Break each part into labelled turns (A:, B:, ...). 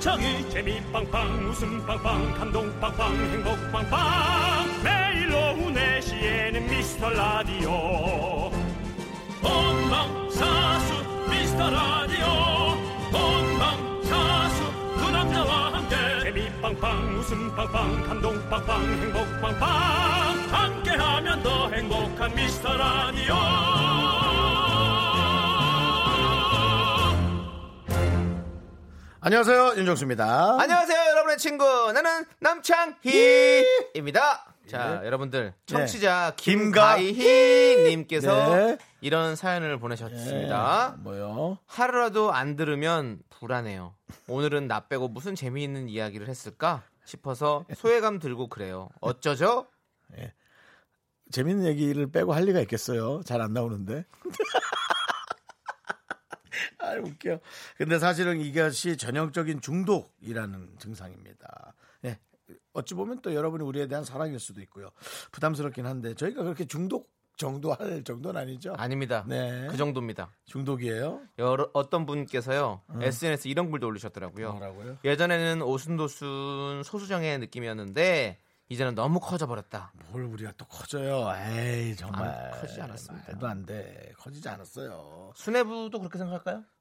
A: 재창 재미 빵빵 웃음 빵빵 감동 빵빵 행복 빵빵 매일 오후 4시에는 미스터 라디오 본방사수 미스터 라디오 본방사수 그 남자와 함께 재미 빵빵 웃음 빵빵 감동 빵빵 행복 빵빵 함께하면 더 행복한 미스터 라디오
B: 안녕하세요 윤정수입니다.
C: 안녕하세요, 여러분의 친구. 나는 남창희입니다.
B: 예.
C: 자,
B: 네.
C: 여러분들, 청취자 김가희님께서
B: 네.
C: 이런 사연을 보내셨습니다.
B: 네, 뭐요?
C: 하루라도 안 들으면 불안해요. 오늘은 나 빼고 무슨 재미있는 이야기를 했을까 싶어서 소외감 들고 그래요. 어쩌죠?
B: 재밌는 얘기를 빼고 할 리가 있겠어요. 잘 안 나오는데. 아 웃겨. 근데 사실은 이것이 전형적인 중독이라는 증상입니다. 예. 어찌 보면 또 여러분이 우리에 대한 사랑일 수도 있고요. 부담스럽긴 한데 저희가 그렇게 중독 정도 할 정도는 아니죠.
C: 아닙니다.
B: 네.
C: 그 정도입니다.
B: 중독이에요.
C: 여러, 어떤 분께서요 SNS 이런 글도 올리셨더라고요.
B: 뭐라고요?
C: 예전에는 오순도순 소수정의 느낌이었는데 이제는 너무 커져버렸다.
B: 뭘 우리가 또 커져요. 에이 정말
C: 안 커지지 않았습니다.
B: 말도 안 돼. 커지지 않았어요.
C: 수뇌부도 그렇게 생각할까요?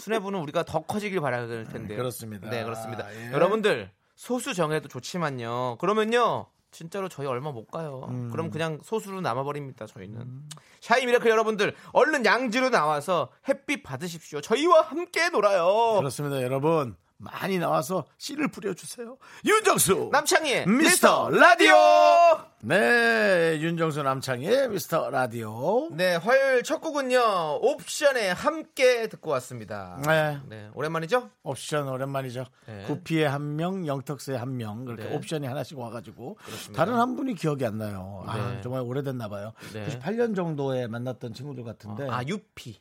C: 수뇌부는 우리가 더 커지길 바라야 될 텐데.
B: 아, 그렇습니다.
C: 네, 그렇습니다.
B: 예.
C: 여러분들 소수 정해도 좋지만요. 그러면요. 진짜로 저희 얼마 못 가요.
B: 음.
C: 그럼 그냥 소수로 남아버립니다. 저희는 샤이 미라클 여러분들 얼른 양지로 나와서 햇빛 받으십시오. 저희와 함께 놀아요.
B: 그렇습니다, 여러분. 많이 나와서 씨를 뿌려주세요. 윤정수!
C: 남창희의
B: 미스터
C: 미스터
B: 라디오!
C: 라디오.
B: 네, 윤정수 남창희의 미스터 라디오.
C: 네, 화요일 첫 곡은요 옵션에 함께 듣고 왔습니다.
B: 네.
C: 네, 오랜만이죠?
B: 옵션 오랜만이죠.
C: 네.
B: 구피에 한 명, 영턱스에 한 명, 그렇게
C: 네.
B: 옵션이 하나씩 와가지고 다른 한 분이 기억이 안 나요. 아,
C: 네.
B: 정말 오래됐나 봐요.
C: 네.
B: 98년 정도에 만났던 친구들 같은데.
C: 아 유피.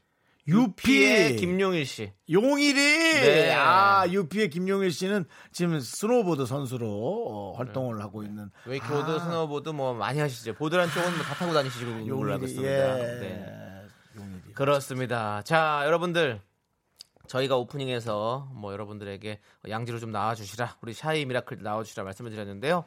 B: 네. 유피의
C: 피의 김용일 씨.
B: 용일이
C: 네.
B: 아 유피의 김용일 씨는 지금 스노보드 선수로 어, 활동을 하고 있는
C: 네. 웨이크보드,
B: 아.
C: 스노보드 뭐 많이 하시죠. 보드란 쪽은 뭐다 타고 다니시고
B: 용일이,
C: 올라고 있습니다.
B: 예.
C: 네.
B: 용일이
C: 그렇습니다. 자, 여러분들 저희가 오프닝에서 뭐 여러분들에게 양지로 좀 나와주시라 우리 샤이 미라클 나와주시라 말씀을 드렸는데요.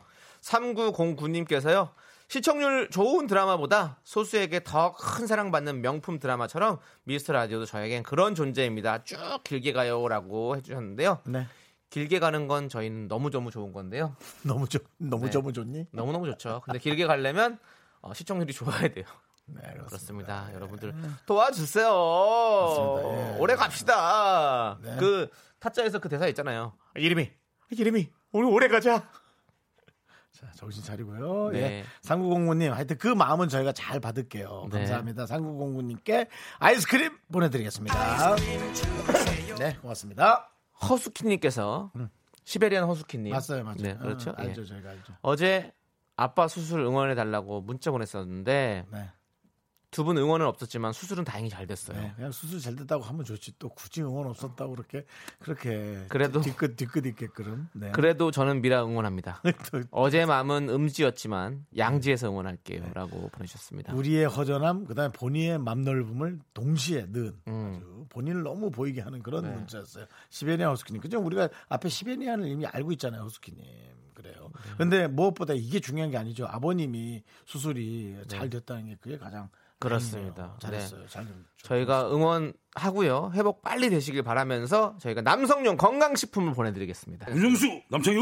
C: 3909님께서요. 시청률 좋은 드라마보다 소수에게 더 큰 사랑받는 명품 드라마처럼 미스터 라디오도 저에겐 그런 존재입니다. 쭉 길게 가요라고 해주셨는데요.
B: 네
C: 길게 가는 건 저희는 너무너무 좋은 건데요.
B: 너무 좋 너무
C: 네.
B: 너무 좋니
C: 너무너무 좋죠. 근데 길게 가려면 어, 시청률이 좋아야 돼요.
B: 네
C: 그렇습니다. 여러분들
B: 음.
C: 도와주세요. 오래 갑시다.
B: 예. 네.
C: 그 타짜에서 그 대사 있잖아요.
B: 이름이 이름이
C: 오늘 오래 가자.
B: 자, 정신 차리고요.
C: 그렇죠. 네.
B: 예. 3909님, 하여튼 그 마음은 저희가 잘 받을게요.
C: 네.
B: 감사합니다. 3909님께 아이스크림 보내드리겠습니다. 네, 고맙습니다.
C: 허수키님께서 시베리안 허수키님
B: 음. 맞아요, 맞아요.
C: 네, 그렇죠.
B: 어,
C: 예.
B: 알죠, 저희가 알죠.
C: 어제 아빠 수술 응원해 달라고 문자 보냈었는데
B: 네,
C: 두 분 응원은 없었지만 수술은 다행히 잘 됐어요.
B: 네. 그냥 수술 잘 됐다고 하면 좋지. 또 굳이 응원 없었다고 그렇게, 그렇게.
C: 그래도-
B: 뒤끝, 뒤끝 있게끔. 네.
C: 그래도 저는 미라 응원합니다.
B: 또
C: 어제 마음은 음지였지만 양지에서 응원할게요라고 보내셨습니다.
B: 우리의 허전함, 그 다음에 본인의 맘 넓음을 동시에 넣은
C: 음.
B: 아주 본인을 너무 보이게 하는 그런
C: 네.
B: 문자였어요. 시베니아 허스키님. 그죠? 우리가 앞에 시베니아를 이미 알고 있잖아요, 허스키님. 그래요.
C: 네.
B: 근데 무엇보다 이게 중요한 게 아니죠. 아버님이 수술이 잘 됐다는 게 그게 가장
C: 네. 그렇습니다. 네.
B: 다행이에요. 잘했어요. 잘
C: 저희가 응원하고요. 회복 빨리 되시길 바라면서 저희가 남성용 건강식품을 보내드리겠습니다.
A: 윤정수 남창희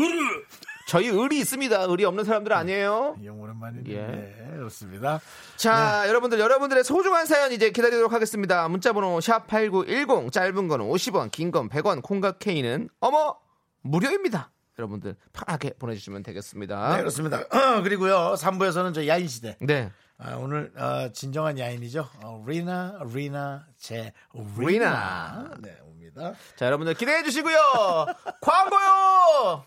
C: 저희 의리 있습니다. 의리 없는 사람들 아니에요.
B: 이영 오랜만이네.
C: 예.
B: 네, 그렇습니다.
C: 자, 여러분들, 여러분들의 소중한 사연 이제 기다리도록 하겠습니다. 문자번호 샵8910, 짧은 거는 50원, 긴 건 100원, 콩과 케이는 어머! 무료입니다. 여러분들, 편하게 보내주시면
B: 네,
C: 되겠습니다.
B: 그렇습니다. 어, 그리고요, 3부에서는 저 야인 시대.
C: 네.
B: 아, 오늘 어, 진정한 야인이죠. 어, 리나, 리나, 제 리나.
C: 리나.
B: 네, 옵니다.
C: 자, 여러분들 기대해 주시고요. 광고요!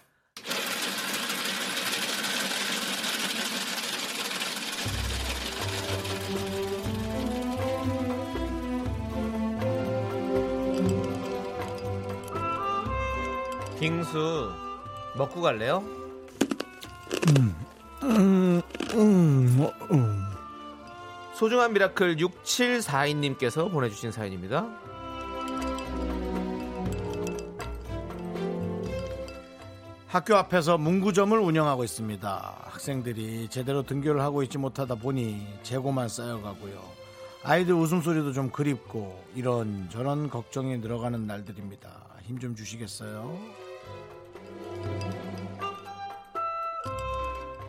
C: 빙수 먹고 갈래요? 소중한 미라클 6742님께서 보내주신 사연입니다.
B: 학교 앞에서 문구점을 운영하고 있습니다. 학생들이 제대로 등교를 하고 있지 못하다 보니 재고만 쌓여가고요. 아이들 웃음소리도 좀 그립고 이런 저런 걱정이 늘어가는 날들입니다. 힘 좀 주시겠어요?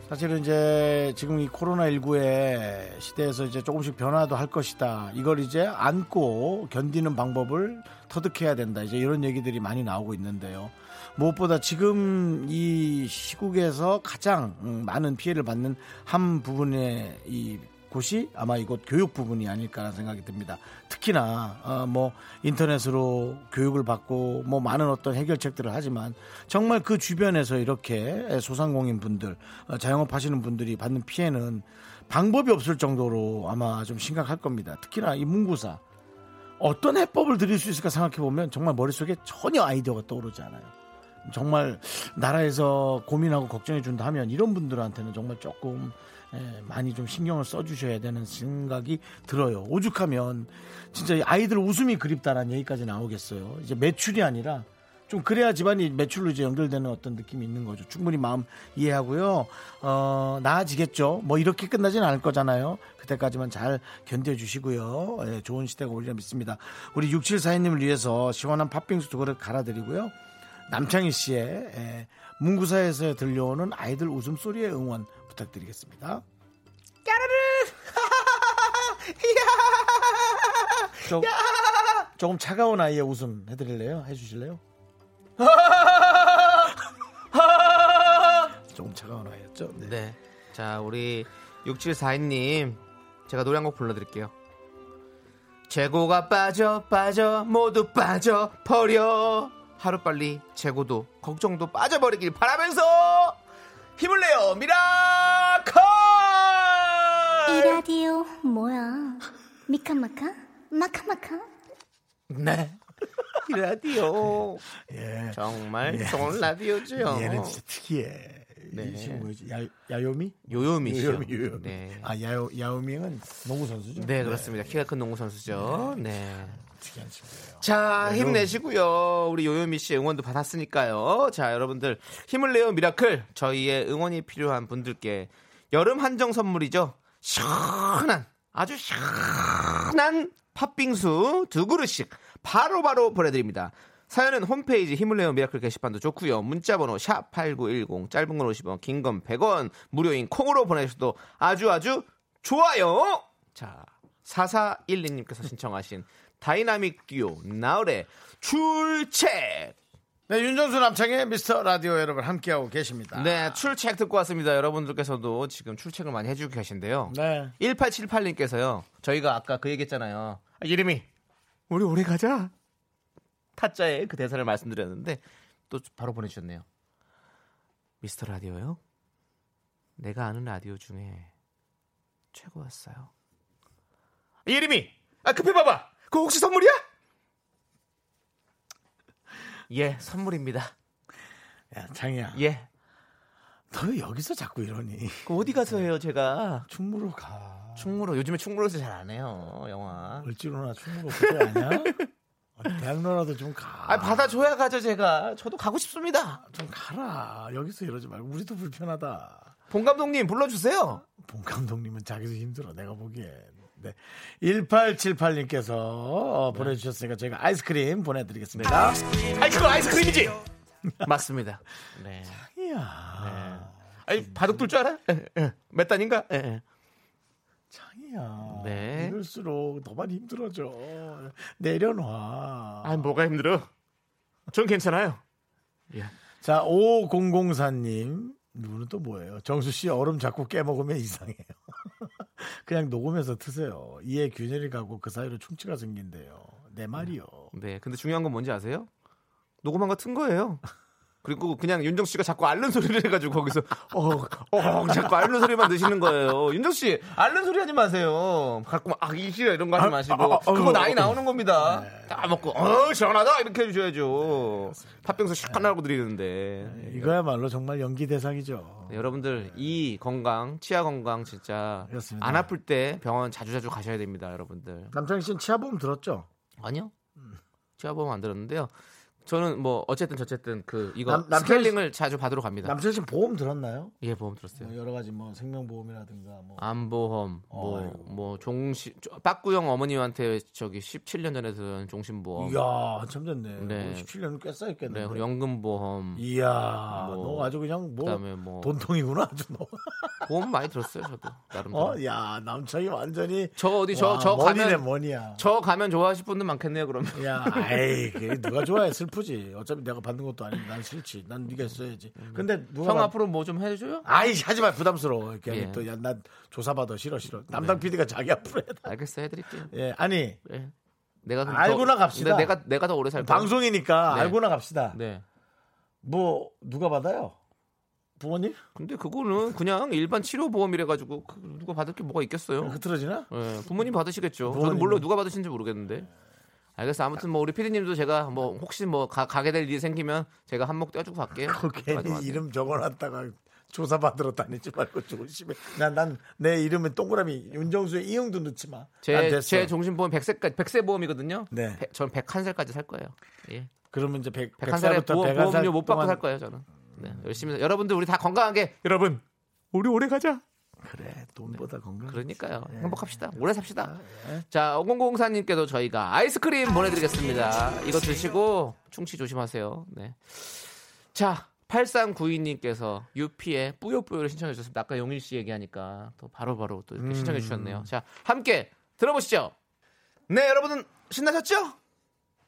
B: 사실은 이제 지금 이 코로나19의 시대에서 이제 조금씩 변화도 할 것이다. 이걸 이제 안고 견디는 방법을 터득해야 된다. 이제 이런 얘기들이 많이 나오고 있는데요. 무엇보다 지금 이 시국에서 가장 음, 많은 피해를 받는 한 부분의 이 곳이 아마 이곳 교육 부분이 아닐까라는 생각이 듭니다. 특히나 어, 뭐 인터넷으로 교육을 받고 뭐 많은 어떤 해결책들을 하지만 정말 그 주변에서 이렇게 소상공인 분들 어, 자영업 하시는 분들이 받는 피해는 방법이 없을 정도로 아마 좀 심각할 겁니다. 특히나 이 문구사 어떤 해법을 드릴 수 있을까 생각해 보면 정말 머릿속에 전혀 아이디어가 떠오르지 않아요. 정말 나라에서 고민하고 걱정해 준다 하면 이런 분들한테는 정말 조금 예, 많이 좀 신경을 써주셔야 되는 생각이 들어요. 오죽하면 진짜 이 아이들 웃음이 그립다라는 얘기까지 나오겠어요. 이제 매출이 아니라 좀 그래야 집안이 매출로 이제 연결되는 어떤 느낌이 있는 거죠. 충분히 마음 이해하고요. 어, 나아지겠죠. 뭐 이렇게 끝나진 않을 거잖아요. 그때까지만 잘 견뎌주시고요. 예, 좋은 시대가 오리라 믿습니다. 우리 6742님을 위해서 시원한 팥빙수 두 그릇 갈아드리고요. 남창희 씨의 예, 문구사에서 들려오는 아이들 웃음소리의 응원 부탁드리겠습니다. 조, 조금 차가운 아이의 웃음 해드릴래요? 해주실래요? 조금 차가운 아이였죠? 네.
C: 네. 자, 우리 6742님. 제가 노래 한 곡 불러드릴게요. 재고가 빠져, 빠져, 모두 빠져, 버려. 하루빨리 재고도, 걱정도 빠져버리길 바라면서 힘을 내요,
D: 이
C: 미라클!
D: 라디오 뭐야? 미카마카? 마카마카?
C: 네. 이 라디오.
B: 예.
C: 정말 좋은 라디오죠.
B: 얘는 진짜 특이해.
C: 어. 네.
B: 이 친구 뭐지? 야, 야요미?
C: 요요미 씨요.
B: 요요미, 요요미.
C: 네.
B: 아, 야요, 야오밍은 농구 선수죠?
C: 네, 그렇습니다. 키가 큰 농구 선수죠. 네.
B: 특이한 친구예요.
C: 자, 힘내시고요. 우리 요요미 씨 응원도 받았으니까요. 자, 여러분들 힘을 내요 미라클. 저희의 응원이 필요한 분들께 여름 한정 선물이죠. 시원한 아주 시원한 팥빙수 두 그릇씩 바로바로 보내드립니다. 사연은 홈페이지 힘을 내요 미라클 게시판도 좋고요. 문자번호 샵 #8910 짧은 건 50원, 긴 건 100원 무료인 콩으로 보내주셔도 아주 아주 좋아요. 자, 4412님께서 신청하신 다이나믹 듀오 나울의 출첵.
B: 네, 윤정수 남창의 미스터 라디오 여러분 함께하고 계십니다.
C: 네, 출첵 듣고 왔습니다. 여러분들께서도 지금 출첵을 많이 해주고 계신데요.
B: 네.
C: 1878님께서요. 저희가 아까 그 얘기했잖아요. 아, 이름이 우리 오래 가자. 타짜의 그 대사를 말씀드렸는데 또 바로 보내주셨네요. 미스터 라디오요. 내가 아는 라디오 중에 최고였어요. 이름이 아 급해 봐봐. 그거 혹시 선물이야? 예, 선물입니다.
B: 야, 장이야.
C: 예.
B: 너 왜 여기서 자꾸 이러니?
C: 그 어디 가서 해요, 제가?
B: 충무로 가.
C: 충무로 요즘에 충무로에서 잘 안 해요, 영화.
B: 을지로나 충무로 그거 아니야? 어, 대학로라도 좀 가.
C: 아, 받아줘야 가죠, 제가. 저도 가고 싶습니다.
B: 좀 가라. 여기서 이러지 말고 우리도 불편하다.
C: 본 감독님 불러주세요.
B: 본 감독님은 자기도 힘들어. 내가 보기엔. 네. 1878님께서 어,
C: 네.
B: 보내주셨으니까 저희가 아이스크림 보내드리겠습니다.
C: 아이 그거 아이스크림이지. 맞습니다. 네.
B: 이야.
C: 아니 바둑 둘 줄 알아? 예, 예. 몇 단인가? 예, 예.
B: 창이야.
C: 네.
B: 이럴수록 너만 힘들어져. 내려놔.
C: 아 뭐가 힘들어? 전 괜찮아요. 예.
B: 자, 5004님. 누구는 또 뭐예요? 정수 씨 얼음 자꾸 깨먹으면 이상해요. 그냥 녹으면서 트세요. 이에 균열이 가고 그 사이로 충치가 생긴대요. 내 말이요.
C: 네. 근데 중요한 건 뭔지 아세요? 녹음한 거 튼 거예요. 그리고 그냥 윤정 씨가 자꾸 앓는 소리를 해가지고 거기서 어어 자꾸 앓는 소리만 드시는 거예요. 윤정 씨 앓는 소리 하지 마세요. 가끔 아기 싫어 이런 거 하지
B: 아,
C: 마시고
B: 아, 아, 아,
C: 그거
B: 아,
C: 나이
B: 아,
C: 나오는 겁니다. 다 먹고 어 시원하다 이렇게 해주셔야죠. 팥빙수 시원하고 드리는데
B: 네. 이거야말로 정말 연기 대상이죠.
C: 네, 여러분들 이 건강 치아 건강 진짜
B: 그렇습니다.
C: 안 아플 때 병원 자주 자주 가셔야 됩니다, 여러분들.
B: 남창희 씨는 치아보험 들었죠?
C: 아니요. 치아보험 안 들었는데요. 뭐 저는 뭐 어쨌든 저쨌든 그 이거
B: 남- 남편이-
C: 스케일링을 자주 받으러 갑니다.
B: 남철 씨 보험 들었나요?
C: 예, 보험 들었어요.
B: 뭐 여러 가지 뭐 생명보험이라든가
C: 아,
B: 뭐
C: 암보험, 뭐,
B: 아이고.
C: 뭐, 종신, 저- 빠꾸형 어머님한테 저기 17년 전에 들은 종신보험,
B: 이야 한참 됐네.
C: 뭐.
B: 뭐
C: 네.
B: 17년 꽤 쌓였겠네.
C: 네, 그리고 연금보험,
B: 이야
C: 뭐,
B: 너 아주 그냥 뭐
C: 그다음에 뭐-
B: 돈통이구나 아주 너.
C: 보험 많이 들었어요, 저도. 나름.
B: 어,
C: 로
B: 야 남철이 완전히
C: 네. 저 어디, 저,
B: 와,
C: 저
B: 머니네
C: 가면,
B: 머니야.
C: 저 가면 좋아하실 분들 많겠네요, 그러면.
B: 야, 에이, 그게 누가 좋아해 슬프지. 어차피 내가 받는 것도 아닌데 난 싫지. 난 네가 써야지. 근데 누가
C: 형
B: 받-
C: 앞으로 뭐 좀 해줘요?
B: 아이 하지 마 부담스러워. 이렇게
C: 예.
B: 또난 조사받아 싫어 싫어. 담당 PD가 자기 앞으로 해.
C: 알겠어요, 해드릴게요.
B: 네. 예, 아니
C: 예. 내가 그럼
B: 알고나
C: 더-
B: 갑시다.
C: 근데 내가 내가 더 오래 살 거야.
B: 방송이니까
C: 네.
B: 알고나 갑시다.
C: 네.
B: 뭐 누가 받아요? 부모님?
C: 근데 그거는 그냥 일반 치료 보험이래 가지고 그 누가 받을 게 뭐가 있겠어요?
B: 흐트러지나?
C: 예, 부모님 받으시겠죠. 저도
B: 부모님.
C: 물론 누가 받으신지 모르겠는데. 알겠어. 아무튼 뭐 우리 피디님도 제가 뭐 혹시 뭐 가, 가게 될 일이 생기면 제가 한몫 떼어주고 갈게요.
B: 그 괜히
C: 가져가세요.
B: 이름 적어놨다가 조사받으러 다니지 말고 조심해. 난난내 이름은 동그라미 윤정수의 이응도 넣지 마. 난
C: 제,
B: 됐어.
C: 제 종신보험 100세까지 그러니까 100세 보험이거든요.
B: 네.
C: 백- 전 101세까지 살 거예요. 예.
B: 그러면 이제 100,
C: 101살에
B: 100살부터
C: 보험,
B: 100살
C: 보험료 못 받고
B: 동안
C: 살 거예요, 저는. 네. 열심히 살- 여러분들 우리 다 건강하게 여러분 우리 오래 가자.
B: 그래 돈보다 건강.
C: 그러니까요. 행복합시다. 오래 삽시다. 자, 5004님께도 저희가 아이스크림 보내드리겠습니다. 이거 드시고 충치 조심하세요. 네. 자, 8392님께서 유피의 뿌요뿌요를 신청해 주셨습니다. 아까 용일 씨 얘기하니까 또 바로바로 또 이렇게 신청해 주셨네요. 자, 함께 들어보시죠. 네, 여러분은 신나셨죠?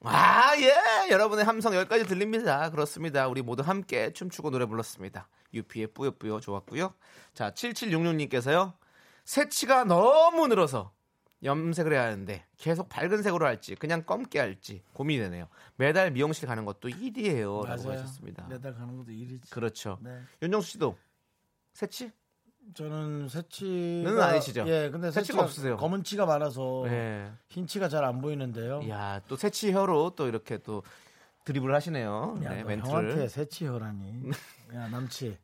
C: 아, 예! 여러분의 함성 여기까지 들립니다. 그렇습니다. 우리 모두 함께 춤추고 노래 불렀습니다. 유피의 뿌요뿌요 좋았고요. 자, 7766님께서요. 새치가 너무 늘어서 염색을 해야 하는데 계속 밝은 색으로 할지 그냥 검게 할지 고민이 되네요. 매달 미용실 가는 것도 일이에요. 라고
B: 맞아요.
C: 하셨습니다.
B: 매달 가는 것도 일이지.
C: 그렇죠.
B: 네.
C: 윤정수 씨도 새치?
B: 저는 새치는
C: 눈은 아니시죠?
B: 예, 근데
C: 새치가
B: 새치가,
C: 없으세요.
B: 검은 치가 많아서
C: 네.
B: 흰 치가 잘 안 보이는데요.
C: 이야, 또 새치 혀로 또 이렇게 또 드리블 하시네요.
B: 야,
C: 네,
B: 너 형한테
C: 멘트를.
B: 새치혈하니? 야 남치.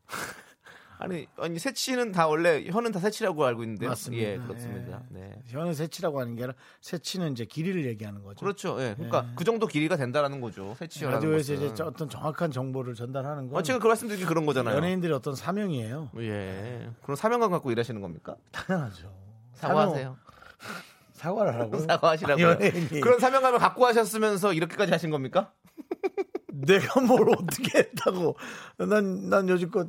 C: 아니, 아니 새치는 다 원래 혀는 다 새치라고 알고 있는데.
B: 맞습니다.
C: 예, 그렇습니다. 네.
B: 혀는 새치라고 하는 게 아니라 새치는 이제 길이를 얘기하는 거죠.
C: 그렇죠. 예. 그러니까 그 정도 길이가 된다라는 거죠. 새치 혀라는
B: 라디오에서
C: 것은.
B: 이제 저 어떤 정확한 정보를 전달하는 건
C: 어, 제가 그 말씀드린 게 그런 거잖아요.
B: 연예인들의 어떤 사명이에요.
C: 예. 그럼 사명감 갖고 일하시는 겁니까?
B: 당연하죠.
C: 사과하세요.
B: 사명- 사과를 하라고.
C: 사과하시라고.
B: 아, 연예인이.
C: 그런 사명감을 갖고 하셨으면서 이렇게까지 하신 겁니까?
B: 내가 뭘 어떻게 했다고? 난 난 여지껏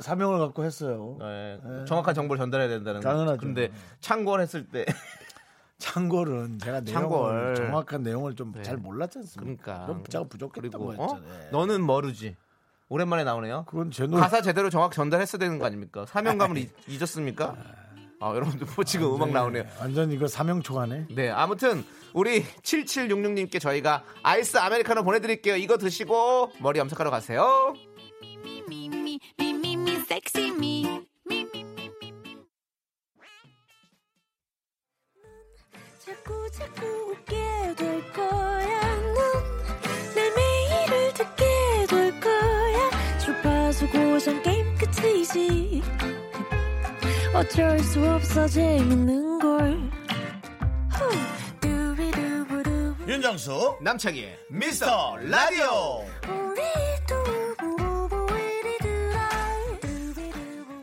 B: 사명을 갖고 했어요.
C: 네, 정확한 정보를 전달해야 된다는 거.
B: 예. 당연하죠. 예.
C: 근데 창궐 했을 때
B: 창궐은 제가
C: 창궐. 네.
B: 내용을 정확한 내용을 좀 잘 몰랐지 않습니까?
C: 그러니까.
B: 럼 제가 부족했다고
C: 그리고 어?
B: 했잖아요. 예.
C: 너는 머르지. 오랜만에 나오네요.
B: 그건 제 노래.
C: 가사 제대로 정확 전달했어야 되는 거 아닙니까? 사명감을 잊- 잊었습니까? 아, 여러분들 뭐 지금 음악 나오네요.
B: 완전 이거 그 사명초과네.
C: 네, 아무튼 우리 7766님께 저희가 아이스 아메리카노 보내드릴게요. 이거 드시고 머리 염색하러 가세요.
E: me, me, me, me, me, sexy me.
D: 자꾸 자꾸 웃게 될 거야. 넌내 매일을 듣게 될 거야. 주파수 고정 게임 끝이지. 어쩔 수 없어 재밌는 걸. 후. 두비두부두.
B: 윤정수
C: 남창희의 미스터 라디오.
D: 우리 두부부부 우리 두라. 두비두부부부.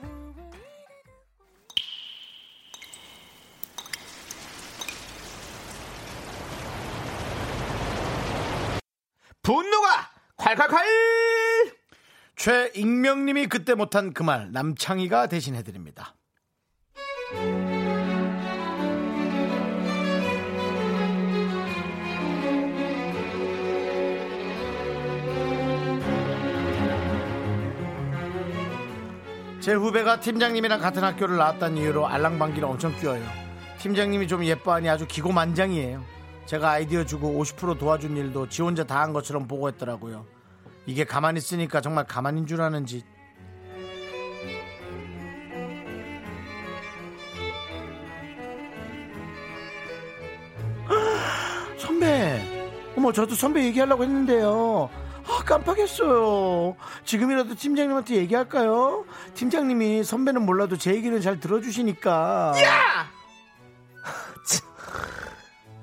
C: 분노가 콸콸콸!
B: 최익명님이 그때 못한 그 말 남창희가 대신해드립니다. 제 후배가 팀장님이랑 같은 학교를 나왔다는 이유로 알랑방기를 엄청 끼워요. 팀장님이 좀 예뻐하니 아주 기고만장이에요. 제가 아이디어 주고 50% 도와준 일도 지 혼자 다 한 것처럼 보고했더라고요. 이게 가만히 있으니까 정말 가만인 줄 아는지 선배 어머 저도 선배 얘기하려고 했는데요 아 깜빡했어요 지금이라도 팀장님한테 얘기할까요 팀장님이 선배는 몰라도 제 얘기는 잘 들어주시니까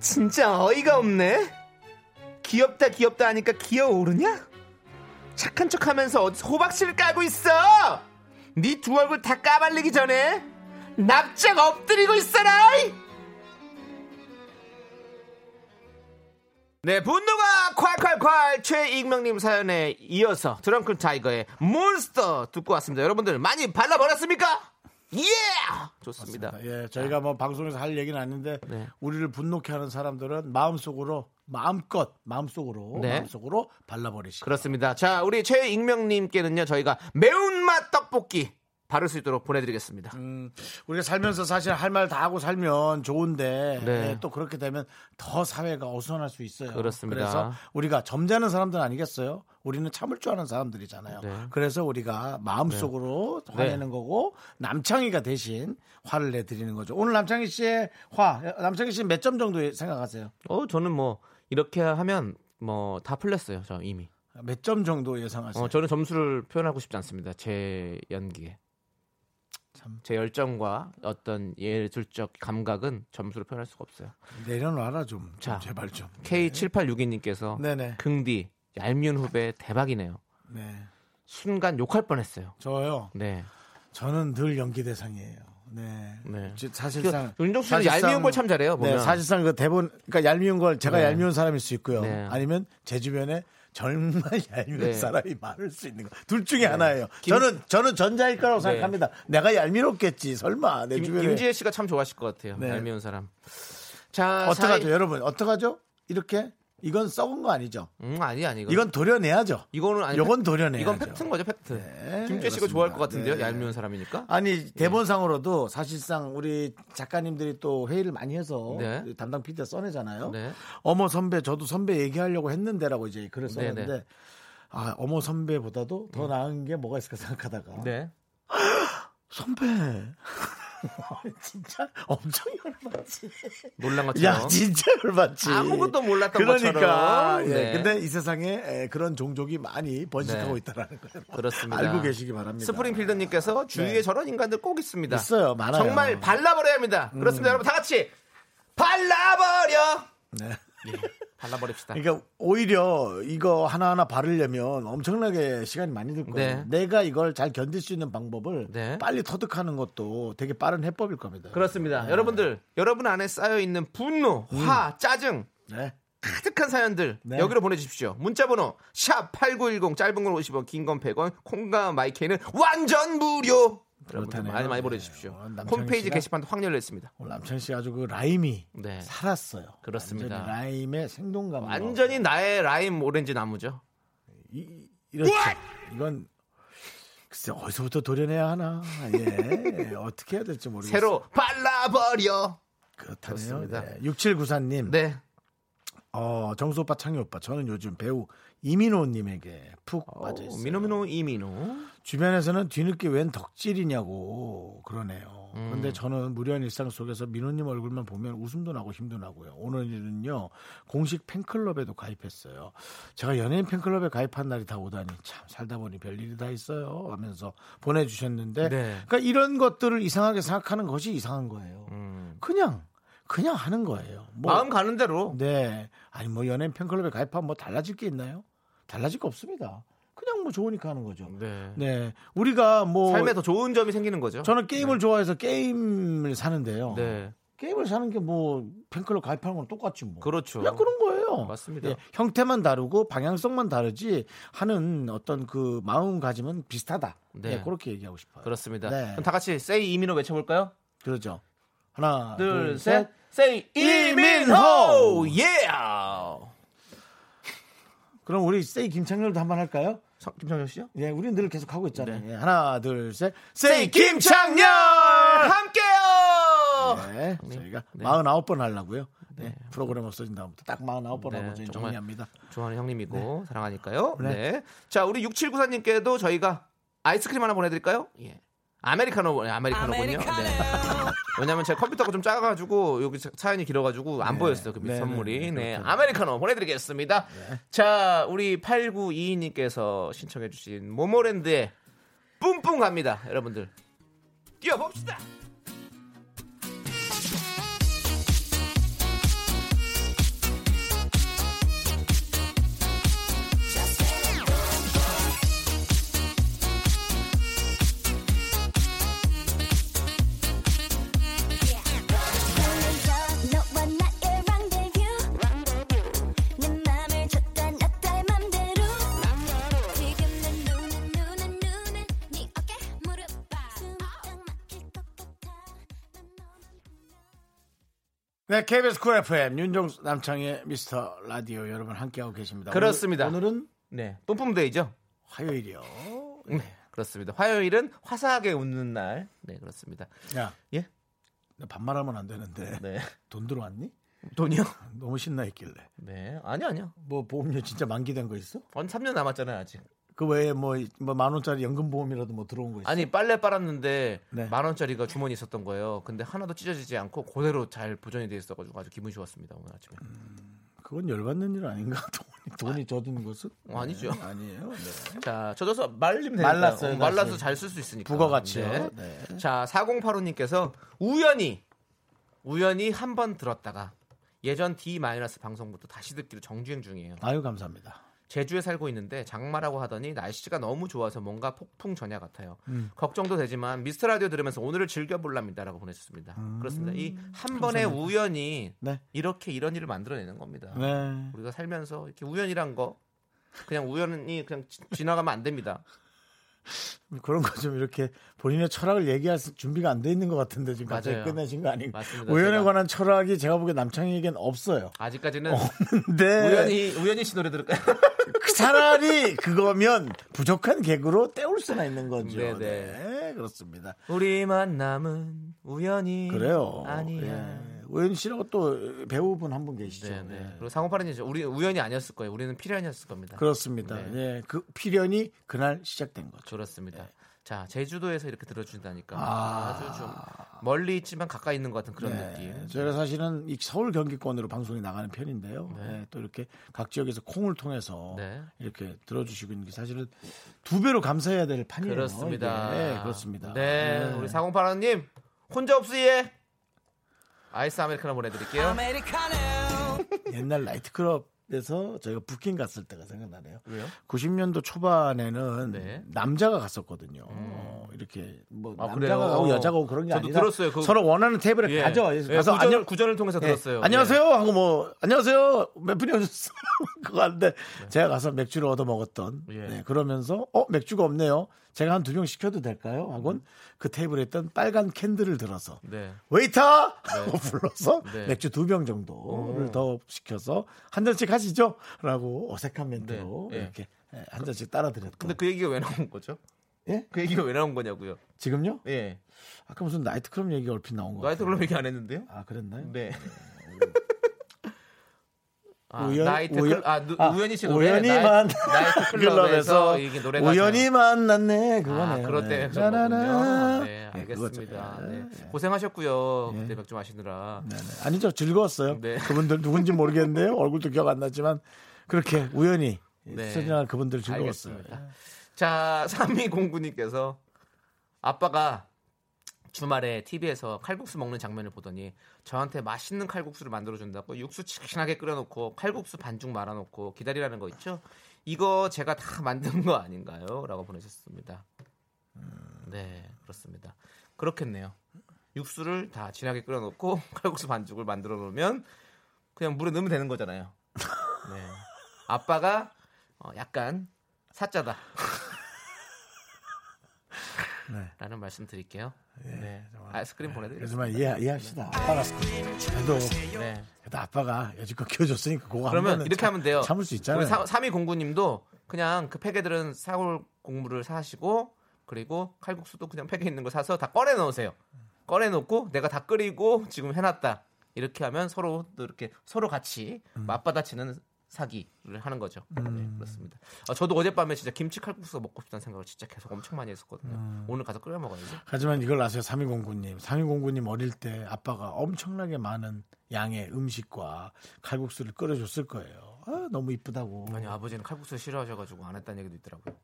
C: 진짜 어이가 없네. 귀엽다 귀엽다 하니까 귀여오르냐? 착한 척하면서 어디 호박씨를 까고 있어. 네 두 얼굴 다 까발리기 전에 납작 엎드리고 있어라. 네, 분노가 콸콸콸 최익명님 사연에 이어서 드렁큰 타이거의 몬스터 듣고 왔습니다. 여러분들 많이 발라버렸습니까? 예! 좋습니다.
B: 예, 저희가 뭐 방송에서 할 얘기는 아닌데
C: 네.
B: 우리를 분노케 하는 사람들은 마음속으로 마음껏 마음속으로
C: 네.
B: 마음속으로 발라버리시.
C: 그렇습니다. 자, 우리 최익명님께는요, 저희가 매운맛 떡볶이 바를 수 있도록 보내드리겠습니다.
B: 음, 우리가 살면서 사실 할 말 다 하고 살면 좋은데
C: 네.
B: 예, 또 그렇게 되면 더 사회가 어수선할 수 있어요.
C: 그렇습니다.
B: 그래서 우리가 점잖은 사람들 아니겠어요? 우리는 참을 줄 아는 사람들이잖아요.
C: 네.
B: 그래서 우리가 마음속으로 화내는 거고 남창희가 대신 화를 내드리는 거죠. 오늘 남창희 씨의 화, 남창희 씨는 몇 점 정도 생각하세요?
C: 어, 저는 뭐, 이렇게 하면 뭐 다 풀렸어요, 저 이미.
B: 몇 점 정도 예상하세요?
C: 어, 저는 점수를 표현하고 싶지 않습니다. 제 연기에.
B: 참.
C: 제 열정과 어떤 예술적 감각은 점수로 표현할 수가 없어요.
B: 내려놔라 좀, 좀
C: 자.
B: 제발 좀.
C: K7862님께서
B: 네. 네네.
C: 긍디 얄미운 후배 대박이네요.
B: 네.
C: 순간 욕할 뻔했어요.
B: 저요.
C: 네.
B: 저는 늘 연기 대상이에요. 네.
C: 네.
B: 지- 사실상
C: 그 윤종 씨는 얄미운 걸참 잘해요, 보면.
B: 네, 사실상 그 대본 그러니까 얄미운 걸 제가
C: 네.
B: 얄미운 사람일 수 있고요.
C: 네.
B: 아니면 제 주변에 정말 얄미운
C: 네.
B: 사람이 많을 수 있는 거 둘 중에 하나예요. 저는 저는 전자일 거라고
C: 네.
B: 생각합니다. 내가 얄미롭겠지. 설마 내
C: 김,
B: 주변에
C: 김지혜 씨가 참 좋아하실 것 같아요.
B: 네.
C: 얄미운 사람. 자,
B: 어떡하죠,
C: 사이-
B: 여러분? 어떡하죠? 이렇게 이건 썩은 거 아니죠?
C: 음, 아니 아니 이건
B: 이건 도려내야죠.
C: 이거는 아니.
B: 요건 도려내야죠. 네.
C: 이건 팩트인 거죠, 팩트. 김지혜 씨가
B: 그렇습니다.
C: 좋아할 것 같은데요.
B: 네.
C: 얄미운 사람이니까.
B: 아니 대본상으로도 사실상 우리 작가님들이 또 회의를 많이 해서
C: 네.
B: 담당 PD가 써내잖아요.
C: 네.
B: 어머 선배 저도 선배 얘기하려고 했는데라고 이제 글을
C: 네,
B: 써냈는데
C: 네.
B: 아 어머 선배보다도 더 나은 게 뭐가 있을까 생각하다가
C: 네.
B: 선배 진짜 엄청 열받지.
C: 놀란 것처럼.
B: 야 진짜 열받지.
C: 아무것도 몰랐던
B: 그러니까,
C: 것처럼.
B: 예,
C: 네.
B: 근데 이 세상에 에, 그런 종족이 많이 번식하고
C: 네.
B: 있다라는 거예요.
C: 그렇습니다.
B: 알고 계시기 바랍니다.
C: 스프링필드님께서 주위에
B: 네.
C: 저런 인간들 꼭 있습니다.
B: 있어요, 많아요. 음.
C: 정말 발라버려야 합니다. 그렇습니다, 여러분 다 같이 발라버려.
B: 네.
C: 발라버립시다.
B: 그러니까 오히려 이거 하나하나 바르려면 엄청나게 시간이 많이 들 거예요.
C: 네.
B: 내가 이걸 잘 견딜 수 있는 방법을
C: 네.
B: 빨리 터득하는 것도 되게 빠른 해법일 겁니다.
C: 그렇습니다.
B: 네.
C: 여러분들 여러분 안에 쌓여 있는 분노,
B: 음.
C: 화, 짜증
B: 네.
C: 가득한 사연들
B: 네.
C: 여기로 보내주십시오. 문자번호 샵 #8910 짧은 건 50원, 긴 건 100원, 콩과 마이크는 완전 무료. 여러분들
B: 그렇다네요.
C: 많이 많이
B: 네.
C: 보내주십시오.
B: 오늘 남창희
C: 홈페이지
B: 씨가-
C: 게시판도 확률냈습니다.
B: 오늘 남창 씨 아주 그 라임이
C: 네.
B: 살았어요.
C: 그렇습니다.
B: 완전히 라임의 생동감. 네.
C: 완전히 나의 라임 오렌지 나무죠.
B: 이렇죠. 이건 글쎄 어디서부터 도려내야 하나. 예. 어떻게 해야 될지 모르겠어요.
C: 새로 발라버려.
B: 그렇다네요.
C: 그렇습니다.
B: 네. 6794님.
C: 네.
B: 어, 정수 오빠, 창희 오빠. 저는 요즘 배우 이민호 님에게 푹 빠져 있어요.
C: 민호 민호 이민호.
B: 주변에서는 뒤늦게 웬 덕질이냐고 그러네요.
C: 음.
B: 근데 저는 무료한 일상 속에서 민호님 얼굴만 보면 웃음도 나고 힘도 나고요. 오늘은요 공식 팬클럽에도 가입했어요. 제가 연예인 팬클럽에 가입한 날이 다 오다니 참 살다 보니 별일이 다 있어요. 하면서 보내주셨는데,
C: 네.
B: 그러니까 이런 것들을 이상하게 생각하는 것이 이상한 거예요. 그냥 그냥 하는 거예요. 뭐,
C: 음. 마음 가는 대로.
B: 네. 아니 뭐 연예인 팬클럽에 가입하면 뭐 달라질 게 있나요? 달라질 거 없습니다. 그냥 뭐 좋으니까 하는 거죠.
C: 네.
B: 네. 우리가 뭐
C: 삶에 더 좋은 점이 생기는 거죠.
B: 저는 게임을 좋아해서 게임을 사는데요.
C: 네.
B: 게임을 사는 게 뭐 팬클럽 가입하는 건 똑같지 뭐.
C: 그렇죠.
B: 그냥 그런 거예요.
C: 맞습니다.
B: 형태만 다르고 방향성만 다르지 하는 어떤 그 마음가짐은 비슷하다.
C: 네.
B: 네. 그렇게 얘기하고 싶어요.
C: 습니다
B: 네.
C: 그럼 다 같이 세이 이민호 외쳐볼까요?
B: 그러죠. 하나,
C: 둘,
B: 둘,
C: 셋.
B: 셋.
C: 세이 이민호!
B: 이민호!
C: 예!
B: 그럼 우리 세이 김창렬도 한번 할까요?
C: 김창렬 씨요? 네.
B: 예, 우리는 늘 계속 하고 있잖아요. 예, 하나, 둘, 셋.
C: 세이
B: 세이 김.
C: 김창렬! 함께요!
B: 네, 저희가 49번 하려고요. 네, 프로그램 없어진 다음부터 딱 49번
C: 네,
B: 하고 저희
C: 정말
B: 정리합니다.
C: 좋아하는 형님이고, 사랑하니까요. 네.
B: 네.
C: 자, 우리 6794님께도 저희가 아이스크림 하나 보내드릴까요? 예. 아메리카노, 아메리카노군요. 네. 왜냐면 제 컴퓨터가 좀 작아가지고 여기 사- 사연이 길어가지고 안 보였어요 그 밑
B: 네,
C: 선물이
B: 네,
C: 네,
B: 네,
C: 아메리카노 보내드리겠습니다 자 우리 8922님께서 신청해주신 모모랜드의 뿜뿜 갑니다 여러분들 뛰어봅시다
D: 넌
B: 네, KBS 쿨 FM 윤종수 남창의 미스터 라디오 여러분 함께하고 계십니다. 오늘-
C: 그렇습니다.
B: 오늘은
C: 네, 뿜뿜데이죠.
B: 화요일이요.
C: 네, 그렇습니다. 화요일은 화사하게 웃는 날. 네, 그렇습니다.
B: 야,
C: 예,
B: 나 반말하면 안 되는데
C: 네,
B: 돈 들어왔니?
C: 돈이요?
B: 너무 신나 있길래.
C: 네, 아니요, 아니요.
B: 뭐 보험료 진짜 만기된 거 있어?
C: 한 3년 남았잖아요, 아직.
B: 그 외에 뭐만 원짜리 연금 보험이라도 뭐 들어온 거 있어?
C: 아니 빨래 빨았는데
B: 네.
C: 만 원짜리가 주머니 에 있었던 거예요. 근데 하나도 찢어지지 않고 그대로 잘 보존이 돼 있어가지고 아주 기분 좋았습니다 오늘 아침에.
B: 음. 그건 열받는 일 아닌가? 돈이 돈이 젖은 것은
C: 어, 아니죠.
B: 네, 아니에요. 네.
C: 자 젖어서 말리면 되니까
B: 말랐어요,
C: 어, 말라서
B: 다시.
C: 잘 쓸 수 있으니까.
B: 부가가치요.
C: 네.
B: 네.
C: 자 4085님께서 우연히 우연히 한 번 들었다가 예전 D 마이너스 방송부터 다시 듣기로 정주행 중이에요.
B: 아유 감사합니다.
C: 제주에 살고 있는데 장마라고 하더니 날씨가 너무 좋아서 뭔가 폭풍 전야 같아요. 걱정도 되지만 미스터 라디오 들으면서 오늘을 즐겨볼랍니다라고 보내셨습니다. 그렇습니다. 이 한 번의 우연이
B: 네.
C: 이렇게 이런 일을 만들어내는 겁니다.
B: 네.
C: 우리가 살면서 이렇게 우연이란 거 그냥 우연히 그냥 지- 지나가면 안 됩니다.
B: 그런 거 좀 이렇게 본인의 철학을 얘기할 수- 준비가 안 돼 있는 것 같은데 지금 갑자기
C: 맞아요.
B: 끝내신 거 아닌가?
C: 맞습니다.
B: 우연에
C: 제가.
B: 관한 철학이 제가 보기에 남창희에겐 없어요.
C: 아직까지는
B: 네.
C: 우연히 우연히 씨 노래 들을까요?
B: 그 차라리 그거면 부족한 개그로 때울 수나 있는 거죠. 네,
C: 네, 네.
B: 그렇습니다.
C: 우리 만남은 우연이
B: 그래요.
C: 아니야.
B: 예. 우연 씨라고 또 배우분 한 분 계시죠.
C: 네, 네.
B: 예.
C: 그리고 상호파리님 우리 우연이 아니었을 거예요. 우리는 필연이었을 겁니다.
B: 그렇습니다.
C: 네.
B: 예, 그 필연이 그날 시작된 거죠.
C: 그렇습니다. 자 제주도에서 이렇게 들어준다니까
B: 네. 아.
C: 아... 주좀 멀리 있지만 가까이 있는 것 같은 그런
B: 네,
C: 느낌.
B: 저희가 사실은 이 서울 경기권으로 방송이 나가는 편인데요. 예, 또 이렇게 각 지역에서 콩을 통해서
C: 네.
B: 이렇게 들어주시고 있는 게 사실은 두 배로 감사해야 될 판이에요.
C: 그렇습니다.
B: 예, 네, 그렇습니다.
C: 네,
B: 예.
C: 우리 사공파라님 혼자 없으예 아이스 아메리카노 보내드릴게요.
B: 예, 옛날 나이트클럽에서 저희가 부킹 갔을 때가 생각나네요.
C: 왜요?
B: 90년도 초반에는
C: 네. 음.
B: 남자가 갔었거든요. 어, 이렇게 뭐
C: 아,
B: 남자가
C: 그래요?
B: 가고
C: 어.
B: 여자가 가고 그런 게
C: 저도
B: 아니라
C: 들었어요. 그거.
B: 서로 원하는 테이블에
C: 예.
B: 가죠.
C: 예,
B: 가서
C: 구절,
B: 안녕
C: 구절을 통해서 들었어요.
B: 예, 안녕하세요 하고 뭐 안녕하세요 몇 분이 오셨어요 그거 하는데 제가 가서 맥주를 얻어 먹었던
C: 네. 예.
B: 네, 그러면서 어 맥주가 없네요 제가 한 두 병 시켜도 될까요 하곤
C: 음.
B: 그 테이블에 있던 빨간 캔들을 들어서
C: 네.
B: 웨이터 하고 불러서
C: 네.
B: 맥주 두 병 정도를 더 시켜서 한 잔씩 하시죠라고 어색한 멘트로
C: 네. 예.
B: 이렇게 예, 한 잔씩 따라 드렸던
C: 근데 그 얘기가 왜 나온 거죠?
B: 예?
C: 그 얘기가 왜 나온 거냐고요?
B: 지금요
C: 예.
B: 아까 무슨 나이트클럽 얘기 가 얼핏 나온 거
C: 나이트클럽 얘기 안 했는데요?
B: 아 그랬나요
C: 네. 아,
B: 우연-
C: 나이트클럽
B: 우연-
C: 아, 누,
B: 아,
C: 우연히 씨 노래
B: 우연히
C: 나이-
B: 만
C: 나이트클럽에서 이게 노래가
B: 우연히 만났네
C: 아,
B: 그거네요.
C: 그럴 때
B: 네.
C: 그런 거군요.
B: 짜라라.
C: 네,
B: 네,
C: 알겠습니다.
B: 그거죠.
C: 네.
B: 네, 네.
C: 고생하셨고요.
B: 예.
C: 그때 맥주 마시느라.
B: 네, 네. 아니죠 즐거웠어요.
C: 네.
B: 그분들 누군지 모르겠는데요. 얼굴도 기억 안 나지만 그렇게 우연히
C: 네.
B: 소진한 그분들 즐거웠어요.
C: 알겠습니다. 자, 3209님께서 아빠가 주말에 TV에서 칼국수 먹는 장면을 보더니 저한테 맛있는 칼국수를 만들어준다고 육수 칙칙하게 끓여놓고 칼국수 반죽 말아놓고 기다리라는 거 있죠? 이거 제가 다 만든 거 아닌가요? 라고 보내셨습니다. 네, 그렇습니다. 그렇겠네요. 육수를 다 진하게 끓여놓고 칼국수 반죽을 만들어 놓으면 그냥 물에 넣으면 되는 거잖아요. 네. 아빠가 어, 약간 사짜다.
B: 네. 예,
C: 라는 말씀 드릴게요. 네. 아이스크림 보내드릴게요.
B: 요즘에 예. 이해 이해합시다. 아빠가 그래도
C: 네.
B: 그래도 아빠가 여지껏 키워줬으니까 그거
C: 그러면
B: 하면은
C: 이렇게
B: 참-
C: 하면 돼요.
B: 참을 수 있잖아요.
C: 우리 3209님도 그냥 그 팩에들은 사골 국물을 사시고 그리고 칼국수도 그냥 팩에 있는 거 사서 다 꺼내 넣으세요. 꺼내 놓고 내가 다 끓이고 지금 해놨다. 이렇게 하면 서로 또 이렇게 서로 같이
B: 음.
C: 맞받아치는 사기를 하는 거죠. 네, 그렇습니다. 아, 저도 어젯밤에 진짜 김치 칼국수가 먹고 싶다는 생각을 진짜 계속 엄청 많이 했었거든요.
B: 음.
C: 오늘 가서 끓여 먹어야지.
B: 하지만 이걸 아세요, 3209님. 3209님 어릴 때 아빠가 엄청나게 많은 양의 음식과 칼국수를 끓여줬을 거예요. 아, 너무 이쁘다고.
C: 아니 아버지는 칼국수 싫어하셔가지고 안 했다는 얘기도 있더라고요.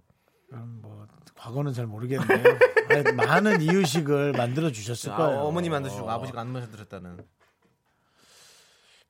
B: 그럼 뭐 과거는 잘 모르겠네요. 아니, 많은 이유식을 만들어 주셨을
C: 아,
B: 거예요.
C: 어머니 만드시고 아버지가 안 만드셨다는.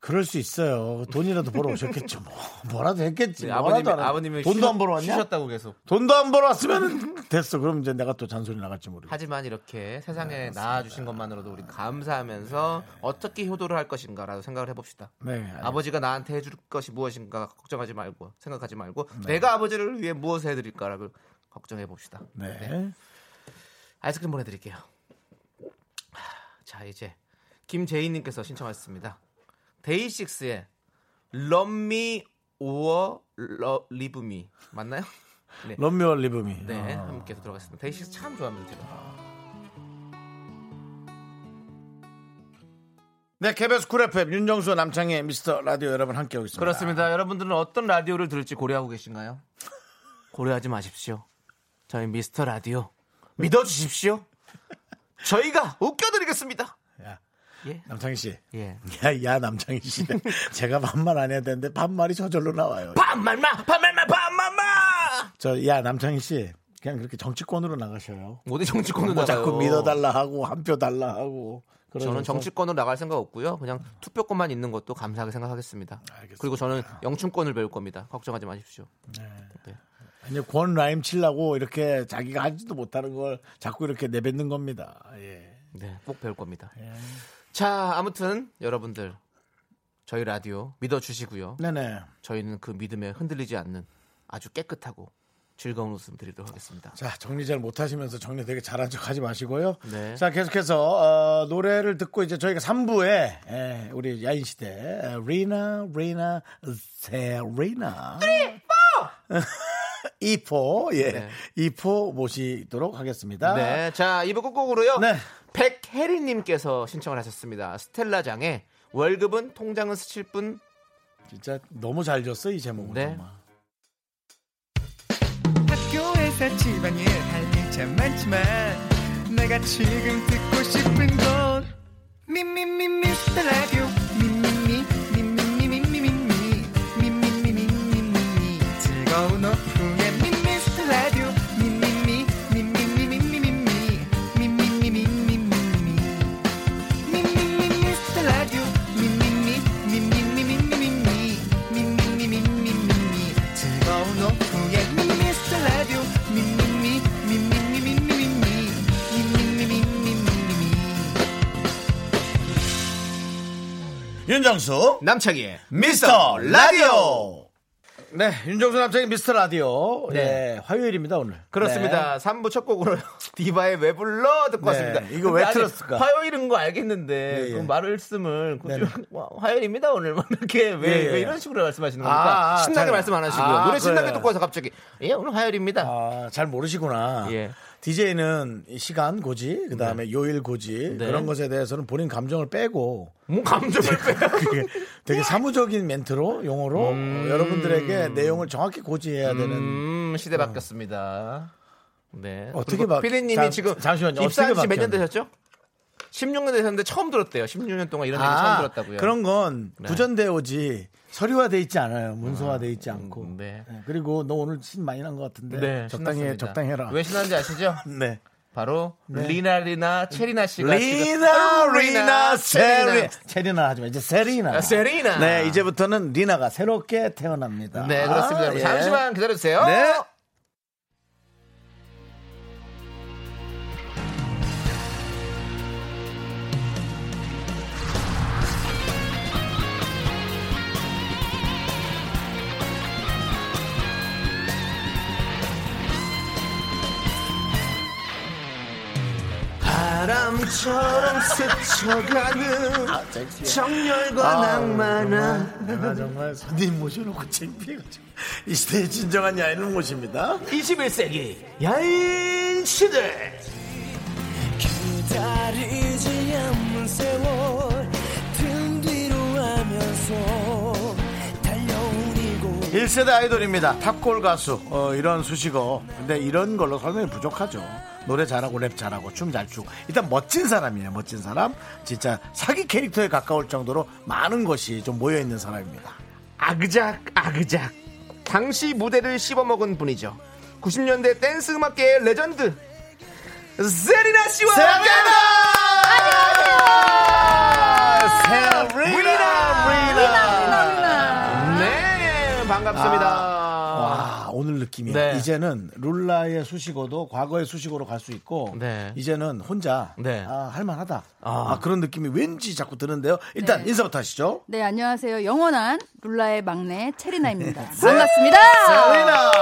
B: 그럴 수 있어요. 돈이라도 벌어 오셨겠죠. 뭐. 뭐라도 했겠지.
C: 네,
B: 뭐라도
C: 아버님이
B: 안 하-
C: 아버님이
B: 돈도
C: 쉬셨-
B: 안 벌어왔냐?
C: 쉬셨다고 계속.
B: 돈도 안 벌어왔으면 됐어. 그럼 이제 내가 또 잔소리 나갈지 모르겠어.
C: 하지만 이렇게
B: 네,
C: 세상에 나와주신 것만으로도 우리 감사하면서 어떻게 효도를 할 것인가라고 생각을 해봅시다.
B: 네, 아버...
C: 아버지가 나한테 해줄 것이 무엇인가 걱정하지 말고 생각하지 말고 내가 아버지를 위해 무엇을 해드릴까라고 걱정해 봅시다.
B: 네.
C: 아이스크림 보내드릴게요. 하, 자 이제 김재희님께서 신청하셨습니다. 데이식스의 Love Me or Lo- Leave Me 맞나요? 네,
B: 런미와 리브미.
C: 네
B: 아.
C: 함께 들어갔습니다. 데이식스 참 좋아합니다 제가.
B: 네, KBS 쿨 FM 윤정수 남창희 미스터 라디오 여러분 함께하고 있습니다.
C: 그렇습니다. 여러분들은 어떤 라디오를 들을지 고려하고 계신가요? 고려하지 마십시오. 저희 미스터 라디오 믿어주십시오. 저희가 웃겨드리겠습니다.
B: 야,
C: 예.
B: 남창희 씨.
C: 예.
B: 야, 야, 남창희 씨. 제가 반말 안 해야 되는데 반말이 저절로 나와요.
C: 반말마 반말마 반말마
B: 저, 야, 남창희 씨. 그냥 그렇게 정치권으로 나가셔요.
C: 어디 정치권으로
B: 뭐
C: 나가요?
B: 자꾸 믿어달라 하고 한 표 달라 하고.
C: 저는
B: 그러셔서
C: 정치권으로 나갈 생각 없고요. 그냥 투표권만 있는 것도 감사하게 생각하겠습니다.
B: 알겠습니다.
C: 그리고 저는 영춘권을 배울 겁니다. 걱정하지 마십시오. 네.
B: 아니, 권 라임 치려고 이렇게 자기가 하지도 못하는 걸 자꾸 이렇게 내뱉는 겁니다. 예.
C: 네, 꼭 배울 겁니다. 자, 아무튼 여러분들 저희 라디오 믿어주시고요.
B: 네네.
C: 저희는 그 믿음에 흔들리지 않는 아주 깨끗하고 즐거운 웃음 드리도록 하겠습니다.
B: 자, 정리 잘 못하시면서 정리 되게 잘한 척 하지 마시고요.
C: 네.
B: 자, 계속해서 어, 노래를 듣고 이제 저희가 3부에 에, 우리 야인시대 에, 리나, 리나, 세리나 3, 4! 2포, 예.
C: 네.
B: 2포 모시도록 하겠습니다.
C: 네, 자 이번 끝곡으로요.
B: 네.
C: 백혜리님께서 신청을 하셨습니다. 스텔라장의 월급은 통장은 스칠 뿐.
B: 진짜 너무 잘 줬어, 이 제목은
C: 네.
B: 정말.
F: 학교에서 집안일 할 일 참 많지만 내가 지금 듣고 싶은 건 미미미 미스터 라디오 미미미 미미미 미미미 미미미 미미미 미미미 즐거운 오후에 미미스터 라디오 미미미 미미미 미미미 미미미 미미미 미미미
B: 윤정수,
C: 남창희의
B: 미스터 라디오! 네, 윤정수 남창의 미스터 라디오.
C: 네.
B: 네, 화요일입니다, 오늘.
C: 그렇습니다. 3부 첫 곡으로 디바의 왜 불러
B: 네,
C: 듣고 왔습니다.
B: 이거 왜
C: 근데 아니,
B: 틀었을까?
C: 화요일인 거 알겠는데
B: 예, 예.
C: 그 말씀을 굳이
B: 네,
C: 와, 화요일입니다 오늘 막 이렇게 왜,
B: 예, 예.
C: 왜 이런 식으로 말씀하시는
B: 아,
C: 겁니까?
B: 아,
C: 신나게
B: 잘-
C: 말씀 안 하시고요.
B: 아,
C: 노래 신나게
B: 그래.
C: 듣고 와서 갑자기 예 오늘 화요일입니다.
B: 아, 잘 모르시구나.
C: 예.
B: DJ는 시간 고지, 그 다음에 요일 고지,
C: 네.
B: 그런 것에 대해서는 본인 감정을 빼고
C: 뭐 감정을
B: 네.
C: 빼요.
B: 그게 되게 사무적인 멘트로, 용어로 어, 여러분들에게 내용을 정확히 고지해야 되는.
C: 음 시대 바뀌었습니다. 네.
B: 어떻게
C: 그리고
B: 바-
C: 피디님이
B: 잠-
C: 지금
B: 잠시만요.
C: 입사한
B: 어떻게
C: 지 몇 년
B: 바뀌었나?
C: 되셨죠? 16년 되셨는데 처음 들었대요. 16년 동안 이런 얘기 아, 처음 들었다고요.
B: 아,
C: 네.
B: 그런 건 구전되어 오지 서류화돼 있지 않아요. 문서화돼 있지 않고.
C: 음, 네.
B: 네, 그리고 너 오늘 신 많이 난 것 같은데
C: 네,
B: 적당히 해,
C: 신났습니다.
B: 적당히 해라.
C: 왜 신나는지 아시죠?
B: 네.
C: 바로 리나리나 체리나 씨가
B: 리나,
C: 지금-
B: 리나, 세리.
C: 체리나.
B: 체리나 하지 마. 이제 세리나.
C: 아, 세리나.
B: 네, 이제부터는 리나가 새롭게 태어납니다.
C: 네 그렇습니다. 여러분.
B: 예.
C: 잠시만 어? 기다려주세요.
B: 네.
C: 바람처럼 스쳐가는
B: 아,
C: 정열과 낭만아
B: 정말, 내가 정말 손님 모셔놓고 창피해가지고 이 시대의 진정한 야인을 모십니다.
C: 21세기 야인 시대.
G: 기다리지 않는 세월 등 뒤로 하면서 달려온 일곱
B: 1세대 아이돌입니다. 탑골 가수 어, 이런 수식어 근데 이런 걸로 설명이 부족하죠. 노래 잘하고 랩 잘하고 춤 잘 추고 일단 멋진 사람이에요. 멋진 사람 진짜 사기 캐릭터에 가까울 정도로 많은 것이 좀 모여 있는 사람입니다.
C: 아그작 아그작 당시 무대를 씹어먹은 분이죠 90년대 댄스 음악계의 레전드 세리나 씨와
B: 세리나!
C: 함께합니다.
B: 세리나!
C: 네 반갑습니다
B: 와 오늘 느낌이야.
C: 아. 네.
B: 이제는 룰라의 수식어도 과거의 수식어로 갈 수 있고
C: 네. 이제는
B: 이제는 혼자
C: 네. 아,
B: 할만하다.
C: 아. 아,
B: 그런 느낌이 왠지 자꾸 드는데요. 일단
H: 네.
B: 인사부터 하시죠.
H: 네, 안녕하세요.
B: 네.
H: 영원한 룰라의 막내 체리나입니다. 반갑습니다.
B: 세리나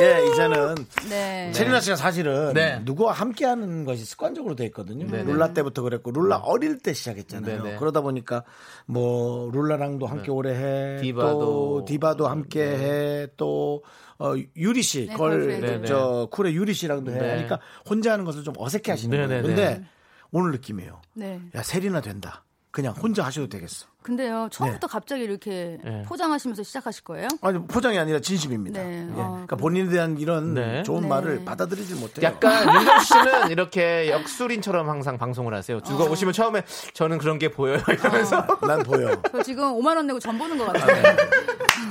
B: 예, 이제는
H: 네.
B: 체리나 씨가 사실은
C: 네.
B: 누구와 함께하는 것이 습관적으로 돼 있거든요.
C: 네네.
B: 룰라 때부터 그랬고 룰라 어릴 때 시작했잖아요.
C: 네네. 네.
B: 그러다 보니까 뭐 룰라랑도 함께 오래 해,
C: 디바도. 네.
B: 또 디바도 함께 해, 또 어, 유리 씨,
H: 네,
B: 걸,
H: 걸프렌드.
B: 저 쿨의 유리 씨랑도 해.
C: 네.
B: 그러니까 혼자 하는 것을 좀 어색해 하시는 거예요.
C: 네네네.
B: 근데 오늘 느낌이에요.
H: 네.
B: 야 세리나 된다. 그냥 혼자 하셔도 되겠어.
H: 근데요 처음부터 갑자기 이렇게
C: 네.
H: 포장하시면서 시작하실 거예요?
B: 아니 포장이 아니라 진심입니다.
H: 네.
B: 예.
H: 아,
B: 그러니까 본인에 대한 이런
C: 네.
B: 좋은
H: 네.
B: 말을 받아들이지 못해요.
C: 약간 윤정 씨는 이렇게 역술인처럼 항상 방송을 하세요. 누가 오시면 처음에 저는 그런 게 보여요
B: 아,
C: 이러면서
B: 난 보여.
H: 저 지금 5만 원 내고 전 보는 것 같아요.
C: 네.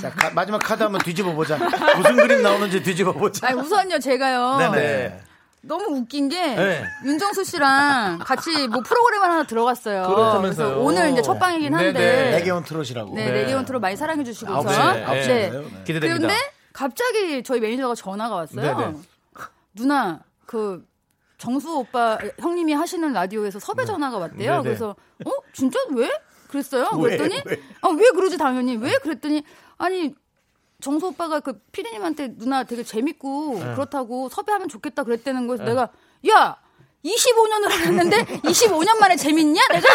B: 자 가- 마지막 카드 한번 뒤집어 보자. 무슨 그림 나오는지 뒤집어 보자.
H: 아니 우선요 제가요
B: 네네.
H: 너무 웃긴 게
C: 네.
H: 윤정수 씨랑 같이 뭐 프로그램 하나 들어갔어요.
C: 그렇다면서요.
H: 그래서 오늘 이제 첫 방이긴 한데
C: 네네.
H: 네,
B: 애기 온 트롯이라고.
H: 네, 레디온트로 많이 사랑해 주시고
B: 아홉
H: 우선.
B: 시에, 아홉
H: 네.
B: 시에요? 네.
C: 기대됩니다.
H: 그런데 갑자기 저희 매니저가 전화가 왔어요.
C: 네네.
H: 누나 그 정수 오빠 형님이 하시는 라디오에서 섭외 전화가 왔대요.
C: 네네.
H: 그래서 어 진짜 왜? 그랬어요.
B: 왜?
H: 그랬더니
B: 왜?
H: 아, 왜 그러지 당연히 왜? 그랬더니 아니 정수 오빠가 그 피디님한테 누나 되게 재밌고
C: 네.
H: 그렇다고 섭외하면 좋겠다 그랬다는 거에서 내가 야 25년을 했는데 25년 만에 재밌냐? 내가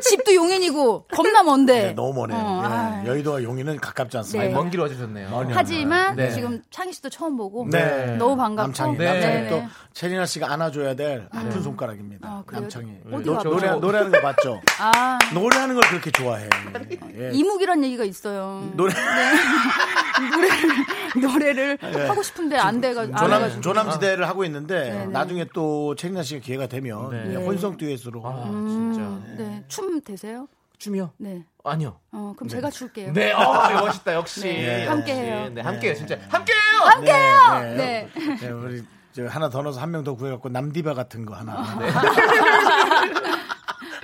H: 집도 용인이고 겁나 먼데
B: 네, 너무 머네.
H: 어,
B: 예.
H: 아.
B: 여의도와 용인은 가깝지 않습니다. 뭐,
H: 네.
C: 먼 길을 와주셨네요.
H: 하지만
C: 네.
H: 지금 창희 씨도 처음 보고
B: 네.
H: 너무 반갑고
B: 남창이
C: 네.
B: 남창이
H: 네.
B: 또 체리나 씨가 안아줘야 될 아픈 손가락입니다.
H: 아, 그래요?
B: 남창이
H: 어디
B: 노-
H: 아파요?
B: 노래 노래하는 거 봤죠?
H: 아
B: 노래하는 걸 그렇게 좋아해. 예.
H: 네. 이목이란 얘기가 있어요.
B: 노래
H: 노래를
C: 아, 네.
H: 하고 싶은데 안 돼가 안
B: 조남
H: 해가지고
B: 조남지대를 하고 있는데 나중에 또 체리나 씨가 기회가 되면
C: 네.
B: 그냥 혼성 듀엣으로
C: 아 진짜
H: 네. 춤 되세요?
C: 춤이요?
H: 네.
C: 아니요.
H: 어, 그럼 제가 줄게요.
C: 네, 어, 이거 멋있다 역시.
H: 네, 함께해요.
C: 네, 함께해요. 진짜 함께해요.
H: 함께해요.
B: 네,
H: 네.
B: 네. 네, 우리 저 하나 더 넣어서 한 명 더 구해갖고 남디바 같은 거 하나.
C: 네.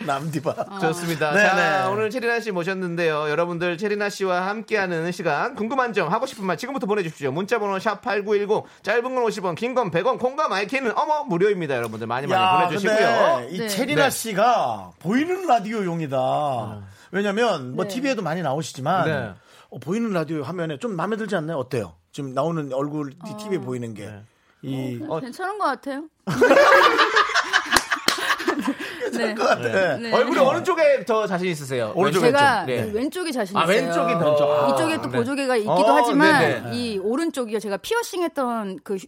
B: 남디바.
C: 좋습니다.
B: 네,
C: 자,
B: 네.
C: 오늘 체리나 씨 모셨는데요. 여러분들 체리나 씨와 함께하는 시간 궁금한 점 하고 싶은 말 지금부터 보내주십시오. 문자번호 샵 #8910 짧은 건 50원, 긴 건 100원, 콩과 마이크는 어머 무료입니다. 여러분들 많이 많이 보내주시고요.
B: 근데 이
H: 네.
B: 체리나
C: 네.
B: 씨가 보이는 라디오 용이다. 왜냐면 뭐
H: 네.
B: TV에도 많이 나오시지만
C: 네.
B: 어, 보이는 라디오 화면에 좀 마음에 들지 않나요? 어때요? 지금 나오는 얼굴
H: 어.
B: 이 TV에 보이는 게.
C: 네.
B: 이
C: 어,
H: 괜찮은 것 같아요. 네.
B: 네.
H: 네.
C: 얼굴이 어느 쪽에 더 자신 있으세요?
B: 오른쪽,
H: 제가
C: 왼쪽.
H: 이
C: 네.
H: 왼쪽이 자신 있어요.
C: 아 왼쪽이 더.
H: 이쪽에 또
C: 네.
H: 보조개가 있기도
C: 어,
H: 하지만
C: 네네.
H: 이 오른쪽이요 제가 피어싱했던 그 휴-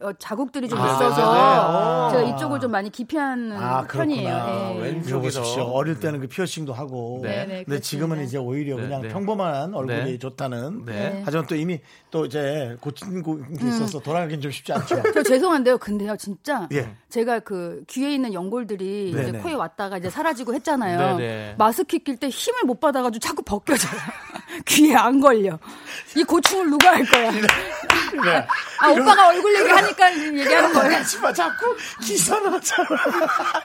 H: 어, 자국들이 좀
C: 아,
H: 있어서
C: 네네.
H: 제가 이쪽을 좀 많이 기피하는
B: 아,
H: 음, 편이에요.
B: 그렇구나.
H: 예.
C: 왼쪽이
B: 보십시오
C: 더.
B: 어릴 때는 그 피어싱도 하고.
C: 네. 네,
H: 네,
B: 근데 지금은
H: 그렇습니다.
B: 이제 오히려
C: 네,
B: 그냥
C: 네.
B: 평범한 얼굴이
C: 네.
B: 좋다는.
C: 네.
B: 하지만 또 이미 또 이제 고친
H: 음.
B: 게 있어서 돌아가긴 좀 쉽지 않죠.
H: 저 죄송한데요. 근데요, 진짜
B: 예.
H: 제가 그 귀에 있는 연골들이
B: 네네.
H: 이제 코에 왔다가 이제 사라지고 했잖아요.
C: 네네.
H: 마스크 낄 때 힘을 못 받아가지고 자꾸 벗겨져요. 귀에 안 걸려. 이 고충을 누가 할 거야? 아 오빠가 얼굴 얘기하니까 얘기하는 거예요.
B: 네. 하지마 자꾸 기사나잖아.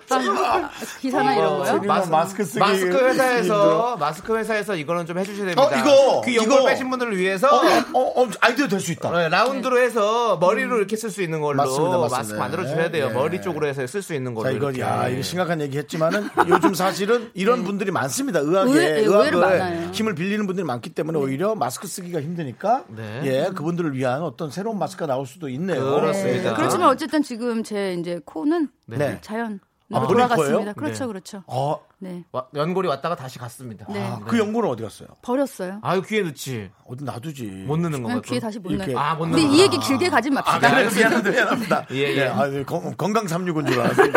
H: 아, 기사나
C: 어,
H: 이런 거요?
B: 마스크, 마스크 쓰기.
C: 마스크 회사에서 마스크 회사에서 이거는 좀 해주셔야 됩니다.
B: 어, 이거,
C: 귀 연골
B: 이거.
C: 빼신 분들을 위해서
B: 어, 어, 어, 아이디어 될 수 있다.
C: 네, 라운드로 해서 머리로
H: 음.
C: 이렇게 쓸 수 있는 걸로
B: 맞습니다, 맞습니다.
C: 마스크 만들어 주셔야 돼요.
B: 네.
C: 머리 쪽으로 해서 쓸 수 있는 걸로.
B: 자, 이거,
C: 뭐 이렇게.
B: 야, 이거 심각한 얘기 했지만은 요즘 사실은 이런 분들이 많습니다. 의학에.
H: 의외- 예,
B: 의학을
H: 의외로 많아요. 네.
B: 힘을 빌리는 분들이 많기 때문에 오히려 마스크 쓰기가 힘드니까.
C: 네.
B: 예, 그분들을 위한 어떤 새로운 마스크가 나올 수도 있네요.
C: 그렇습니다.
H: 그렇지만 어쨌든 지금 제 이제 코는
B: 네.
H: 자연
B: 아,
H: 으로
B: 본인
H: 돌아갔습니다.
B: 거예요?
H: 그렇죠,
C: 네.
H: 그렇죠.
B: 어,
H: 네
C: 와- 연골이 왔다가 다시 갔습니다.
H: 네.
B: 아, 그 연구는 어디 갔어요?
H: 버렸어요.
C: 아유 귀에 넣지.
B: 어디 놔두지.
C: 못 넣는 건가요?
H: 그냥 네, 귀에 다시 못
B: 이렇게. 아,
H: 넣어요.
C: 아못
H: 근데
C: 넣는.
H: 이 얘기 길게 가지 맙시다.
B: 미안합니다. 미안합니다.
C: 예, 네. 예.
B: 네, 아, 네, 건- 건강 365인 줄 알았어요.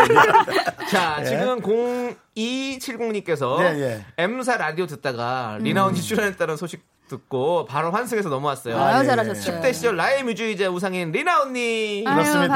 C: 자 지금 0270님께서
B: 네, 예.
C: M사 라디오 듣다가
H: 음.
C: 리나 언니 출연했다는 소식 듣고 바로 환승해서 넘어왔어요.
H: 아유, 네.
B: 예.
H: 잘하셨어요.
C: 10대 시절 나의 뮤즈이자 우상인 리나 언니.
H: 아유, 음.
B: 그렇습니다.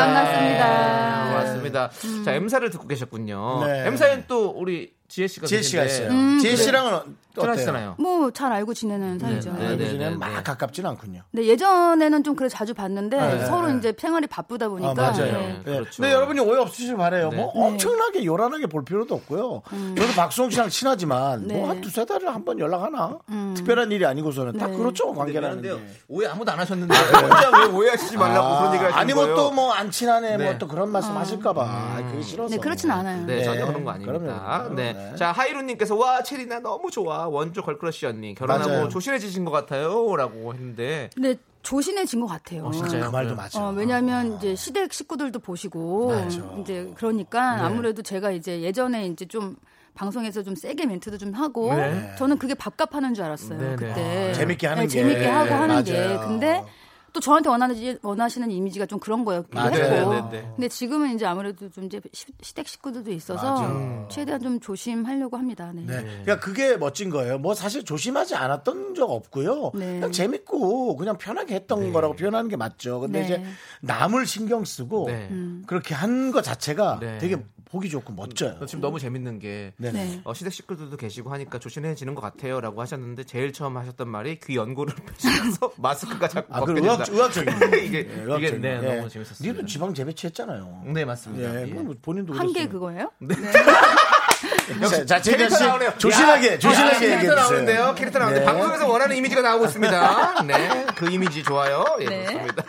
H: 반갑습니다.
C: 네, 고맙습니다. 자 M사를 듣고 계셨군요.
B: 네.
C: M사엔 또 우리 지혜 씨가
B: 지혜 씨가
C: 계신데
B: 있어요.
H: 음.
B: 지혜 씨랑은 어- 어때요?
C: 출연하시잖아요.
H: 뭐 잘 알고 지내는 사이죠.
C: 네, 네.
B: 예전에는 막 가깝진 않군요.
H: 근데 예전에는 좀 그래 자주 봤는데 서로 이제 생활이 바쁘다 보니까
B: 네. 아, 맞아요.
H: 네.
B: 예.
C: 그렇죠.
B: 근데 여러분이 오해 없으시길 바래요.
C: 네.
B: 뭐 엄청나게 요란하게 볼 필요도 없고요. 저도 박수홍 씨랑 친하지만
H: 음. 네. 음.
B: 뭐 한 두세 달에 한 번 연락하나? 특별한 일이 아니고서는 다
H: 네.
B: 그렇죠. 관계라는 게.
C: 오해 아무도 안 하셨는데 혼자 왜 오해하시지 말라고 그런 얘기를 하시는
B: 아니 뭐
C: 거예요?
B: 또 뭐 안 친하네
C: 네.
B: 뭐 또 그런 말씀 하실까봐 그게 싫어서.
H: 네, 그렇진 않아요.
C: 네,
B: 네.
C: 전혀 그런 거 아닙니다.
B: 그럼요.
C: 네. 자 하이루님께서 와 체리나 너무 좋아 원조 걸크러쉬 언니 결혼하고
B: 맞아요.
C: 조신해지신 것 같아요라고 했는데
H: 근데 조신해진 것 같아요.
B: 그 말도 맞아. 네,
H: 어, 왜냐하면 이제 시댁 식구들도 보시고
B: 그렇죠.
H: 이제 그러니까 아무래도 제가 이제 예전에 이제 좀 방송에서 좀 세게 멘트도 좀 하고
C: 네.
H: 저는 그게 밥값하는 줄 알았어요
C: 네, 네.
H: 그때
B: 재밌게 하는 게.
H: 재밌게 하고 하는
B: 맞아요.
H: 게 근데 또 저한테 원하는 원하시는 이미지가 좀 그런 거였고
B: 맞아요.
C: 네, 네, 네.
H: 근데 지금은 이제 아무래도 좀 이제 시- 시댁 식구들도 있어서 최대한 좀 조심하려고 합니다. 네.
B: 네.
C: 예.
B: 그러니까 그게 멋진 거예요. 뭐 사실 조심하지 않았던 적 없고요.
H: 네.
B: 그냥 재밌고 그냥 편하게 했던
C: 네.
B: 거라고 표현하는 게 맞죠. 근데
H: 네. 음.
B: 이제 남을 신경 쓰고
C: 네.
B: 그렇게 한 거 자체가
C: 네. 음.
B: 되게 보기 좋고 멋져요.
C: 지금 너무 재밌는 게
B: 네.
H: 네.
C: 어, 시댁 식구들도 계시고 하니까 조신해지는 것 같아요라고 하셨는데 제일 처음 하셨던 말이 귀 연고를 펴시면서 마스크가 자꾸
B: 아, 그
C: 벗겨진다.
B: 의학, 의학적인 거예요.
C: 음. 이게-
B: 예,
C: 이게
B: 의학적인
C: 네,
B: 거예요.
C: 너무 재밌었습니다.
B: 니도 지방 재배치했잖아요.
C: 네 맞습니다.
B: 예,
C: 예.
B: 그건 뭐 본인도
H: 한
B: 그랬어요.
H: 개 그거예요?
B: 뭐. 자, 자, 재민
C: 캐릭터
B: 씨
C: 나오네요.
B: 조신하게,
C: 야,
B: 조신하게
C: 아,
B: 얘기해
C: 캐릭터
B: 주세요.
C: 나오는데요. 캐릭터 나오는데
B: 네.
C: 방송에서 원하는 이미지가 나오고 있습니다. 네, 그 이미지 좋아요. 예,
H: 네.
C: 좋습니다.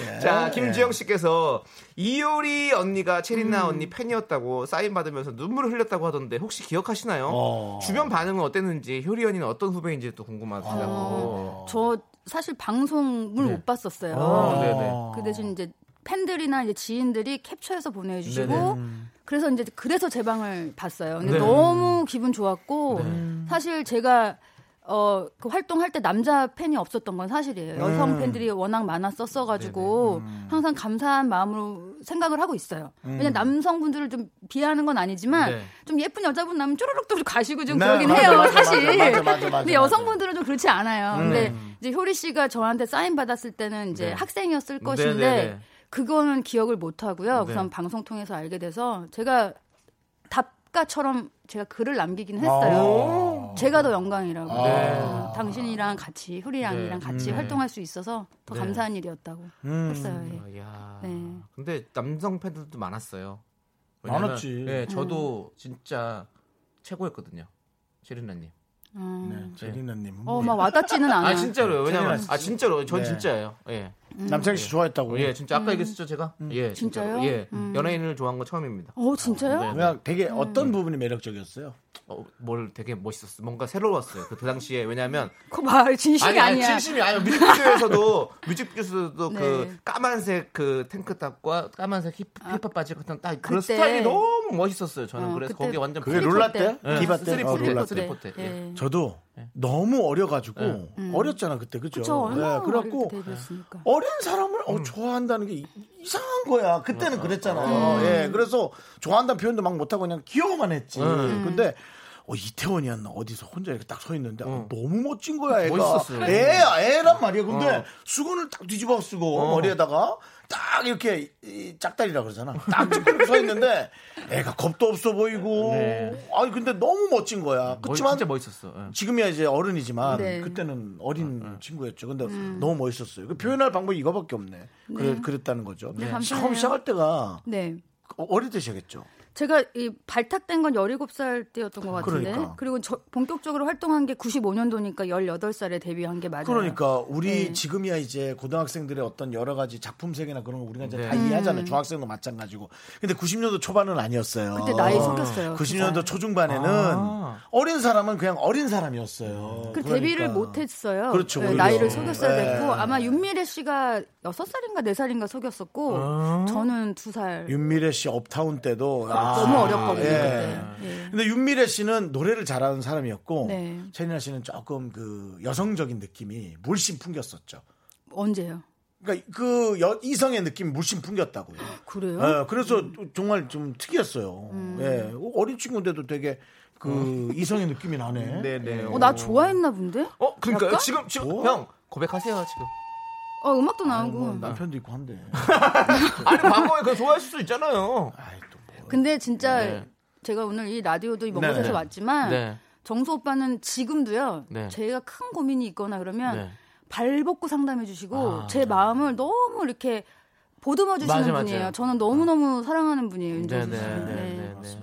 B: 예.
C: 자, 김지영 씨께서 이효리 언니가
B: 음.
C: 체리나 언니 팬이었다고 사인 받으면서 눈물을 흘렸다고 하던데 혹시 기억하시나요?
B: 어.
C: 주변 반응은 어땠는지 효리 언니는 어떤 후배인지 또 어, 궁금하다고.
H: 어, 저 사실 방송을
B: 네.
H: 못 봤었어요.
C: 어, 네네.
H: 그 대신 이제 팬들이나 이제 지인들이 캡처해서 보내주시고 그래서 이제 그래서 제 방을 봤어요. 근데
C: 네.
H: 너무 기분 좋았고
B: 네.
H: 사실 제가 어, 그 활동할 때 남자 팬이 없었던 건 사실이에요.
B: 음.
H: 여성 팬들이 워낙 많았었어가지고 항상 감사한 마음으로 생각을 하고 있어요.
B: 음.
H: 왜냐면 남성분들을 좀 비하하는 건 아니지만
C: 네.
H: 좀 예쁜 여자분 나면 쪼르륵 쪼르륵 가시고 좀
B: 네,
H: 그러긴
B: 맞아,
H: 해요,
B: 맞아,
H: 사실.
B: 맞아, 맞아, 맞아, 맞아,
H: 근데
B: 맞아.
H: 여성분들은 좀 그렇지 않아요. 근데
B: 음.
H: 이제 효리 씨가 저한테 사인 받았을 때는 이제
C: 네.
H: 학생이었을
C: 네,
H: 것인데
C: 네, 네.
H: 그거는 기억을 못 하고요. 우선
C: 네.
H: 방송 통해서 알게 돼서 제가 답가처럼 제가 글을 남기긴
C: 아.
H: 했어요. 제가 더 영광이라고. 어, 당신이랑 같이 효리양이랑 같이 활동할 수 있어서 더
C: 음. 네. 음.
H: 감사한 일이었다고
B: 음.
H: 했어요. 예.
C: 야.
H: 네.
C: 근데 남성 팬들도 많았어요.
B: 많았지.
C: 네, 저도
H: 음.
C: 진짜 최고였거든요. 체리나님.
H: 어,
B: 네, 제리나님.
H: 어, 막 와닿지는 않아.
C: 아 진짜로요. 왜냐면
B: 체리나
C: 아 진짜로 전
B: 네. 음.
C: 진짜예요. 예.
B: 남창희 씨 좋아했다고.
C: 예, 진짜 아까 얘기했었죠, 제가? 예. 진짜로.
H: 진짜요?
C: 예. 연예인을 좋아한 거 처음입니다.
H: 어, 진짜요?
C: 네.
B: 그냥 되게
H: 음.
B: 어떤 부분이 매력적이었어요?
C: 어, 뭘 되게 멋있었어. 뭔가 새로웠어요. 그 당시에. 왜냐면
H: 그거 봐, 진심이 아니, 야
C: 진심이 아니야. 뮤직비디오에서도 뮤직비디오에서도
H: 네.
C: 그 까만색 그 탱크탑과 까만색 힙, 힙합 바지 같은 딱 그런
H: 그때.
C: 스타일이 너무 멋있었어요. 저는
H: 어,
C: 그래서
H: 그때
C: 거기에 완전
B: 그게
C: 푹-
B: 롤라 때?
C: 때?
B: 디바
C: 예,
B: 때?
C: 스트리퍼
B: 어,
H: 네.
C: 때,
B: 롤라 때.
C: 스트리퍼 때. 예.
B: 저도 너무 어려가지고 어렸잖아 그때 그죠?
H: 저 얼마나
B: 네, 그래갖고
H: 그래갖고 데뷔했으니까.
B: 어린 사람을 어, 좋아한다는 게 이- 이상한 거야. 그때는 그랬잖아요. 예, 그래서 좋아한다는 표현도 막 못하고 그냥 귀여워만 했지. 근데 어, 이태원이었나 어디서 혼자 이렇게 딱 서 있는데 어, 너무 멋진 거야 애가
C: 멋있었어요.
B: 애야 애란 말이야 근데 수건을 딱 뒤집어 쓰고 머리에다가 딱 이렇게 이 짝다리라 그러잖아 딱 이렇게 서 있는데 애가 겁도 없어 보이고 아니 근데 너무 멋진 거야
C: 멋-
B: 그렇지만
C: 진짜 멋있었어. 예.
B: 지금이야 이제 어른이지만
H: 네. 음.
B: 그때는 어린
C: 아, 네.
B: 친구였죠. 근데 너무 멋있었어요. 그 표현할 방법이 이거밖에 없네. 그래, 그랬다는 거죠.
H: 네, 감사해요.
B: 처음 시작할 때가
H: 네.
B: 어- 어릴 때시겠죠.
H: 제가 이 발탁된 건 17살 때였던 것 같은데.
B: 그러니까.
H: 그리고 저 본격적으로 활동한 게 95년도니까 18살에 데뷔한 게 맞아요.
B: 그러니까 우리
H: 네.
B: 지금이야 이제 고등학생들의 어떤 여러 가지 작품 세계나 그런 거 우리가 이제
C: 네.
B: 다 이해하잖아요. 중학생도 마찬가지고. 근데 90년도 초반은 아니었어요.
H: 음. 그때 나이 속였어요,
B: 90년도 초중반에는
C: 아.
B: 어린 사람은 그냥 어린 사람이었어요.
H: 그
B: 그러니까.
H: 데뷔를 못했어요.
B: 그렇죠,
H: 네,
B: 오히려.
H: 나이를 속였어야
B: 네.
H: 됐고 아마 윤미래 씨가 6살인가 4살인가 속였었고
B: 아.
H: 저는 2살.
B: 윤미래 씨 업타운 때도
H: 아, 너무 어렸거든요.
B: 예.
H: 그때. 예.
B: 근데 윤미래 씨는 노래를 잘하는 사람이었고
H: 네.
B: 채린아 씨는 조금 그 여성적인 느낌이 물씬 풍겼었죠.
H: 언제요?
B: 그러니까 그 여- 이성의 느낌 이 물씬 풍겼다고요.
H: 아, 그래요? 음.
B: 예, 그래서 정말 좀 특이했어요. 예, 어린 친구인데도 되게 그 이성의 느낌이 나네.
C: 음.
B: 예,
C: 네, 네.
H: 어, 나 좋아했나 본데?
C: 어, 그러니까요.
H: 약간?
C: 지금 지금
B: 좋아.
C: 형 고백하세요, 지금.
H: 어, 음악도 나오고.
B: 뭐 남편도 있고 한데.
C: 음. 아니, 과거에 그거 좋아하실 수 있잖아요.
B: 아이, 또 뭐.
H: 근데 진짜
C: 네.
H: 제가 오늘 이 라디오도 먼 곳에서
B: 네.
H: 왔지만
C: 네.
H: 정수 오빠는 지금도요.
C: 네.
H: 제가 큰 고민이 있거나 그러면
C: 네.
H: 발 벗고 상담해 주시고
C: 아.
H: 제 마음을 너무 이렇게 보듬어 주시는
C: 맞아, 맞아.
H: 분이에요. 저는 너무 너무 사랑하는 분이에요.
C: 네,
H: 윤정수
C: 네,
H: 씨는.
C: 네,
H: 네.
C: 네, 네.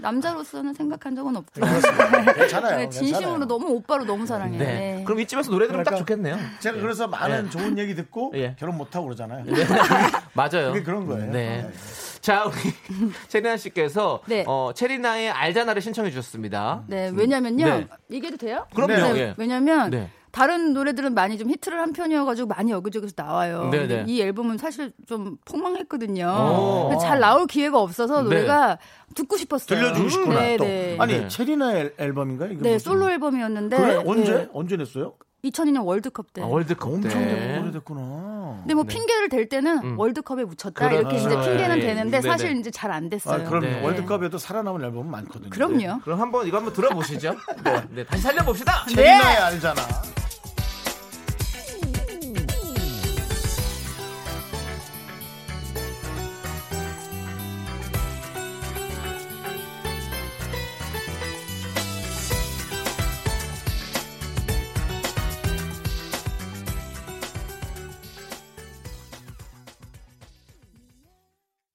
H: 남자로서는 생각한 적은 없고
B: 괜찮아요.
H: 네,
B: 괜찮아요.
H: 진심으로 너무 오빠로 너무 사랑해요.
C: 네.
H: 네.
C: 그럼 이쯤에서 노래 들으면 딱
B: 그러니까-
C: 좋겠네요.
B: 제가 그래서 많은
C: 예.
B: 좋은 얘기 듣고
C: 예.
B: 결혼 못 하고 그러잖아요.
C: 맞아요.
B: 그게 그런 거예요.
C: 네. 자, 우리 체리나 씨께서
H: 네.
C: 어, 체리나의 알잖아를 신청해
B: 음.
C: 주셨습니다.
H: 네, 왜냐면요.
C: 네.
H: 얘기해도 돼요?
C: 그럼요,
H: 네,
C: 예.
H: 왜냐면
C: 네.
H: 다른 노래들은 많이 좀 히트를 한 편이어가지고 많이 여기저기서 나와요.
C: 네, 네.
H: 근데 이 앨범은 사실 좀
C: 오.
H: 폭망했거든요. 근데 잘 나올 기회가 없어서
C: 네.
H: 노래가 듣고 싶었어요.
B: 들려주시구나
H: 네,
B: 또.
H: 네.
B: 아니
C: 네.
B: 체리나의 앨범인가요? 이게
H: 네,
B: 무슨-
H: 솔로 앨범이었는데
B: 그래 언제
H: 네,
B: 언제 냈어요?
H: 2002년 월드컵 때.
C: 아, 월드컵 네.
B: 엄청
H: 네.
C: 때.
B: 오래됐구나.
H: 근데 뭐 핑계를 댈 때는
B: 음.
H: 월드컵에 묻혔다 이렇게 이제
C: 그렇죠.
H: 핑계는
C: 예.
H: 되는데
C: 네네.
H: 사실 이제 잘 안 됐어요.
B: 아, 그럼 네.
C: 네.
B: 월드컵에도 살아남은 앨범은 많거든요.
H: 그럼요.
C: 그럼 한번 이거 한번 들어보시죠. 네. 네, 다시 살려봅시다.
B: 체리나의 알잖아.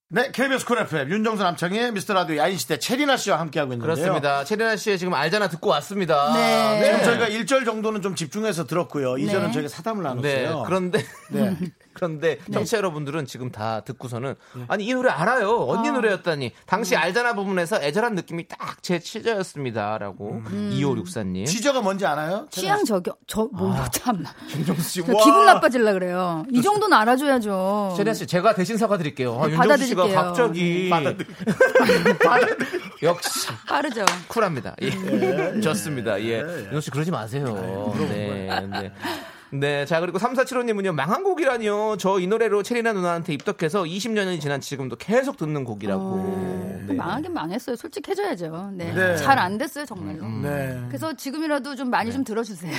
B: 네, KBS 쿨 FM 윤정수 남창의 미스터 라디오 야인시대 체리나 씨와 함께하고 있는데요.
C: 그렇습니다. 체리나 씨의 지금 알잖아 듣고 왔습니다.
H: 네.
B: 지금 저희가 1절 정도는 좀 집중해서 들었고요. 2절은
H: 네.
B: 저희가 사담을
C: 네.
B: 나눴어요.
C: 그런데
B: 네.
C: 그런데 청취자 여러분들은 지금 다 듣고서는 아니 이 노래 알아요 언니 노래였다니 당시 알잖아 부분에서 애절한 느낌이 딱 제 치저였습니다라고 2564님
B: 지저가 뭔지 아나요?
H: 취향 저격 저
B: 아.
H: 뭐야 참.
C: 김종수 씨
H: 저 기분 나빠질라 그래요. 이 정도는 알아줘야죠.
C: 제리나 씨 제가 대신 사과드릴게요 네. 아, 윤정수
H: 받아들일게요.
C: 씨가 갑자기 역시
H: 빠르죠.
C: 쿨합니다 예. 좋습니다 예 윤정수 씨 그러지 마세요 네, 네. 네, 자, 그리고 3475님은요, 망한 곡이라니요. 저 이 노래로 체리나 누나한테 입덕해서 20년이 지난 지금도 계속 듣는 곡이라고. 네.
H: 망하긴 망했어요. 솔직해져야죠. 네.
B: 네.
H: 잘 안 됐어요, 정말로.
B: 네.
H: 그래서 지금이라도 좀 많이 좀 들어주세요.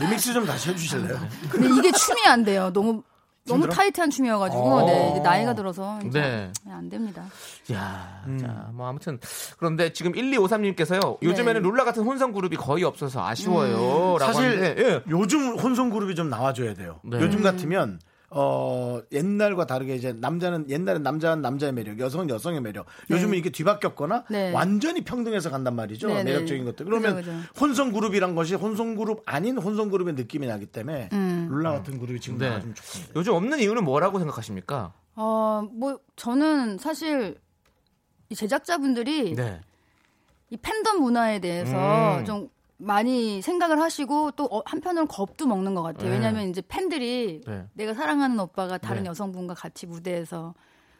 B: 리믹스 좀 다시 해주실래요?
C: 아,
H: 근데 이게 춤이 안 돼요. 너무 너무 타이트한 춤이어가지고 네, 이제 나이가 들어서 이제
C: 네.
H: 안 됩니다.
C: 예. 야, 자, 뭐 아무튼 그런데 지금 1253님께서요. 요즘에는 룰라 같은 혼성 그룹이 거의 없어서 아쉬워요라고
B: 사실
C: 하는데 예.
B: 요즘 혼성 그룹이 좀 나와줘야 돼요.
C: 네.
H: 음.
B: 요즘 같으면 어 옛날과 다르게 이제 남자는 옛날엔 남자는 남자의 매력, 여성은 여성의 매력. 요즘은 이게 뒤바뀌었거나
H: 네.
B: 완전히 평등해서 간단 말이죠.
H: 네, 네.
B: 매력적인 것들. 그러면
H: 그죠, 그죠.
B: 혼성 그룹이란 것이 혼성 그룹 아닌 혼성 그룹의 느낌이 나기 때문에
H: 음.
B: 룰라 같은 그룹이 지금
C: 네.
B: 나와주면 좋겠네요.
C: 요즘 없는 이유는 뭐라고 생각하십니까?
H: 어, 뭐 저는 사실 이 제작자분들이
C: 네.
H: 이 팬덤 문화에 대해서
C: 음.
H: 좀 많이 생각을 하시고 또 어, 한편으로는 겁도 먹는 것 같아요. 왜냐하면 이제 팬들이
C: 네.
H: 내가 사랑하는 오빠가 다른
C: 네.
H: 여성분과 같이 무대에서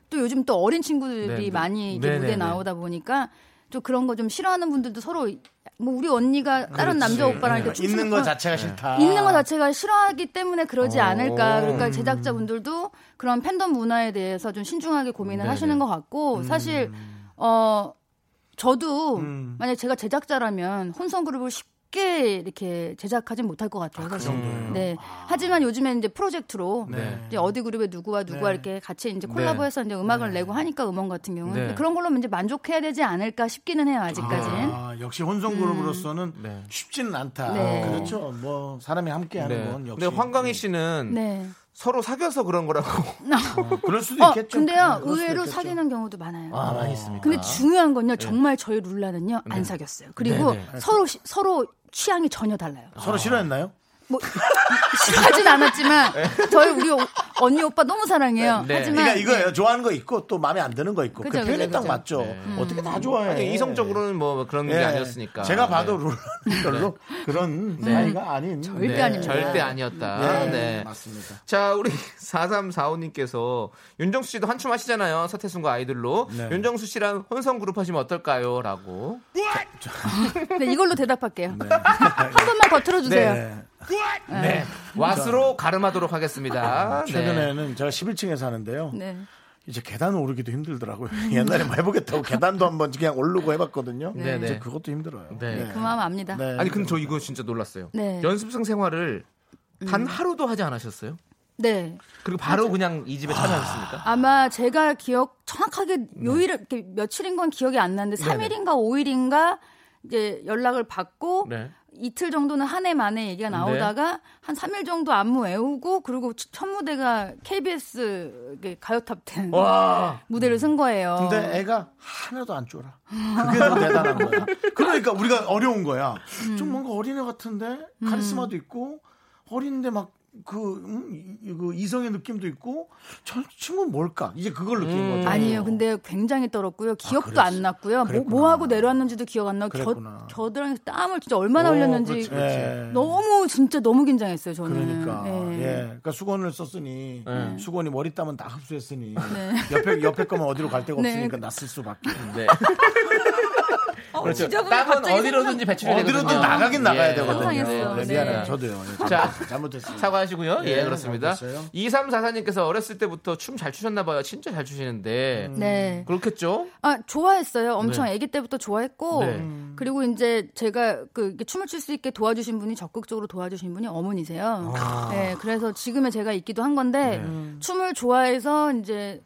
H: 또 요즘 또 어린 친구들이
C: 네, 네.
H: 많이 이렇게
C: 네, 네,
H: 무대에
C: 네.
H: 나오다 보니까 좀 그런 거 좀 싫어하는 분들도 서로 뭐 우리 언니가 다른 남자 오빠랑
C: 네.
H: 이렇게 춤추는
B: 있는 거
H: 거-
B: 자체가 싫다.
H: 있는 것 자체가 싫어하기 때문에 그러지
C: 어.
H: 않을까. 그러니까 제작자분들도 그런 팬덤 문화에 대해서 좀 신중하게 고민을
C: 네네.
H: 하시는 것
B: 음.
H: 같고 사실 어 저도
B: 음.
H: 만약 제가 제작자라면 혼성 그룹을 쉽게 이렇게 제작하진 못할 것
B: 그
H: 같아요. 사실. 네. 하지만 요즘엔 이제 프로젝트로
C: 네.
B: 네.
H: 이제 어디 그룹에 누구와 누구와 이렇게 같이 이제 콜라보해서 이제 음악을
B: 네.
H: 내고 하니까 음원 같은 경우는
C: 네.
H: 그런 걸로 이제 만족해야 되지 않을까 싶기는 해요. 아직까지는.
B: 아, 역시 혼성 그룹으로서는
C: 네.
B: 쉽지는 않다.
H: 네.
B: 그렇죠. 뭐 사람이 함께하는
C: 네.
B: 건 역시.
C: 근데 황광희 씨는
H: 네.
C: 서로 사귀어서 그런 거라고.
B: 어, 그럴 수도
H: 어,
B: 있겠죠.
H: 근데요,
B: 그럴 수도
H: 의외로
B: 있겠죠.
H: 사귀는 경우도 많아요.
C: 아, 많이 있습니다.
H: 근데 중요한
B: 예.
H: 건요, 정말 저희 룰라는요, 안 사귀었어요. 그리고
C: 네,
B: 아,
H: 서로, 시- 서로 취향이 전혀 달라요.
B: 서로 싫어했나요?
H: 뭐, 싫어하진 않았지만, 저희 우리 오- 언니, 오빠 너무 사랑해요.
C: 네.
H: 하지만.
B: 네. 그러니까 이거예요. 좋아하는 거 있고 또 마음에 안 드는 거 있고. 그
H: 그죠,
B: 표현이
H: 그죠,
B: 딱
H: 그죠.
B: 맞죠. 음. 어떻게 다 좋아해.
C: 아니, 이성적으로는 뭐 그런
B: 예.
C: 게 아니었으니까.
B: 제가 봐도
C: 네.
B: 룰라는 별로 그런 사이가 아닌.
H: 절대
C: 네,
H: 아닙니다.
C: 절대 아니었다.
B: 네,
C: 네.
B: 맞습니다.
C: 자, 우리 4345님께서 윤정수 씨도 한춤 하시잖아요. 서태순과 아이들로.
B: 네.
C: 윤정수 씨랑 혼성 그룹 하시면 어떨까요? 라고.
H: 네, 이걸로 대답할게요. 한 번만 거들어 주세요.
B: 네.
C: 네. 왓으로 가름하도록 하겠습니다. 네.
B: 최근에는 제가 11층에 사는데요.
H: 네.
B: 이제 계단 오르기도 힘들더라고요. 옛날에 뭐 해보겠다고 계단도 한번 그냥 오르고 해봤거든요.
C: 네,
B: 이제
C: 네.
B: 그것도 힘들어요.
C: 네.
H: 그 마음 압니다.
B: 네.
C: 아니, 근데 저 이거 진짜 놀랐어요.
H: 네.
C: 연습생 생활을 단
B: 음.
C: 하루도 하지 않으셨어요?
H: 네.
C: 그리고 바로 그냥 이 집에 찾아오셨습니까?
H: 아마 제가 기억
B: 네.
H: 정확하게 요일 이렇게 며칠인 건 기억이 안 나는데 삼일인가오일인가 이제 연락을 받고
C: 네.
H: 이틀 정도는 한 해 만에 얘기가 나오다가 한 3일 정도 안무 외우고 그리고 첫- 첫 무대가 KBS 이게 가요탑텐
C: 와.
H: 무대를 쓴 거예요.
B: 근데 애가 하나도 안 쫄아. 그게 더 대단한 거야. 그러니까
H: 음.
B: 우리가 어려운 거야. 좀 뭔가 어린애 같은데 카리스마도 있고 어린데 막 그, 음, 이- 그 이성의 느낌도 있고 저 친구는 뭘까? 이제 그걸 느낀 거죠.
H: 음. 아니에요. 근데 굉장히 떨었고요. 기억도 안 났고요. 뭐,
B: 아, 그랬구나.
H: 뭐 하고 내려왔는지도 기억 안 나고
B: 그랬구나.
H: 겨, 겨드랑이 땀을 진짜 얼마나
C: 오,
H: 흘렸는지
C: 그렇지, 그렇지.
B: 예.
H: 너무 진짜 너무 긴장했어요. 저는.
B: 그러니까
H: 예. 네.
B: 예. 그러니까 수건을 썼으니 수건이 머리 땀은 다 흡수했으니 옆에 옆에 거면 어디로 갈 데가
H: 네.
B: 없으니까 났을 수밖에.
C: 네.
H: 어,
C: 그렇죠.
H: 지저분해.
C: 땀은
H: 갑자기
C: 어디로든지 배출이 되거든요.
B: 어디로든 나가긴 나가야
C: 예.
B: 되거든요.
H: 상상했어요.
B: 그렇죠. 네,
H: 네.
B: 미안해요. 저도요. 예,
C: 자.
B: 잘못했어요.
C: 사과하시고요. 예,
B: 예,
C: 그렇습니다.
B: 잘못했어요.
C: 2344님께서 어렸을 때부터 춤 잘 추셨나 봐요. 진짜 잘
B: 음.
C: 추시는데.
H: 네.
C: 그렇겠죠?
H: 아, 좋아했어요. 엄청 아기 때부터 좋아했고
C: 네.
H: 그리고 이제 제가 그 이렇게 춤을 출 수 있게 도와주신 분이 적극적으로 도와주신 분이 어머니세요.
C: 아.
H: 네, 그래서 지금의 제가 있기도 한 건데
C: 네.
H: 춤을 좋아해서 이제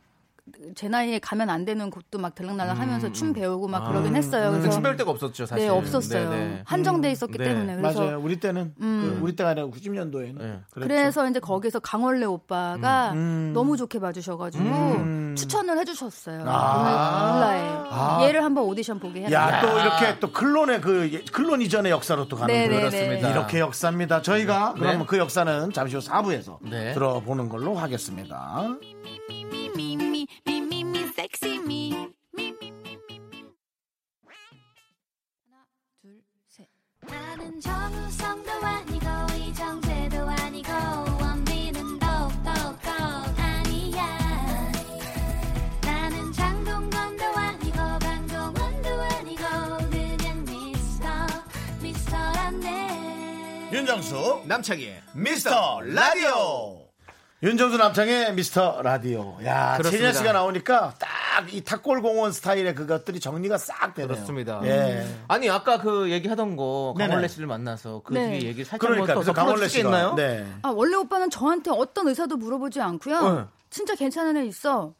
H: 제 나이에 가면 안 되는 곳도 막 들락날락
C: 음.
H: 하면서 춤 배우고
C: 아.
H: 막 그러긴 했어요.
C: 근데
H: 그래서
C: 춤 배울 데가 없었죠, 사실.
H: 네, 없었어요.
C: 네, 네.
H: 한정돼 있었기
C: 네.
H: 때문에 그래서
B: 맞아요. 우리 때는 그 우리 때가 아니라 90년도에는
C: 그렇죠.
B: 그랬죠.
H: 음. 그래서 이제 거기서 강원래
C: 음.
H: 오빠가 너무 좋게 봐주셔가지고 추천을 해주셨어요.
C: 아.
H: 몰라요. 얘를 한번 오디션 보게 해라.
B: 야, 또 이렇게 또 클론의 그 예- 클론 이전의 역사로 또 가는
H: 네,
B: 거예요.
H: 네, 그렇습니다.
C: 네.
B: 이렇게 역사입니다. 저희가 그러면 그 역사는 잠시 후 4부에서
C: 네.
B: 들어보는 걸로 하겠습니다.
E: me, me, me, me, me, sexy me.
D: 나는 정우성도 아니고 이정재도 아니고 원빈은 더욱더 아니야 나는 장동건도 아니고 방종원도 아니고 그냥 미스터 미스터란데
B: 윤정수
C: 남창희의
B: 미스터 라디오. 윤정수 남창의 미스터 라디오. 야,
C: 그렇습니다.
B: 최진아 씨가 나오니까 딱 이 탁골 공원 스타일의 그것들이 정리가 싹 되네요.
C: 그렇습니다.
B: 예.
C: 아니 아까 그 얘기하던 거
B: 네네.
C: 강원래 씨를 만나서 그
H: 네.
C: 뒤에 얘기 살짝
B: 그러니까
C: 더
B: 그래서
C: 강원래
B: 강원래
C: 씨
B: 씨가
C: 있나요?
B: 네.
H: 아, 원래 오빠는 저한테 어떤 의사도 물어보지 않고요.
C: 응.
H: 진짜 괜찮은 애 있어.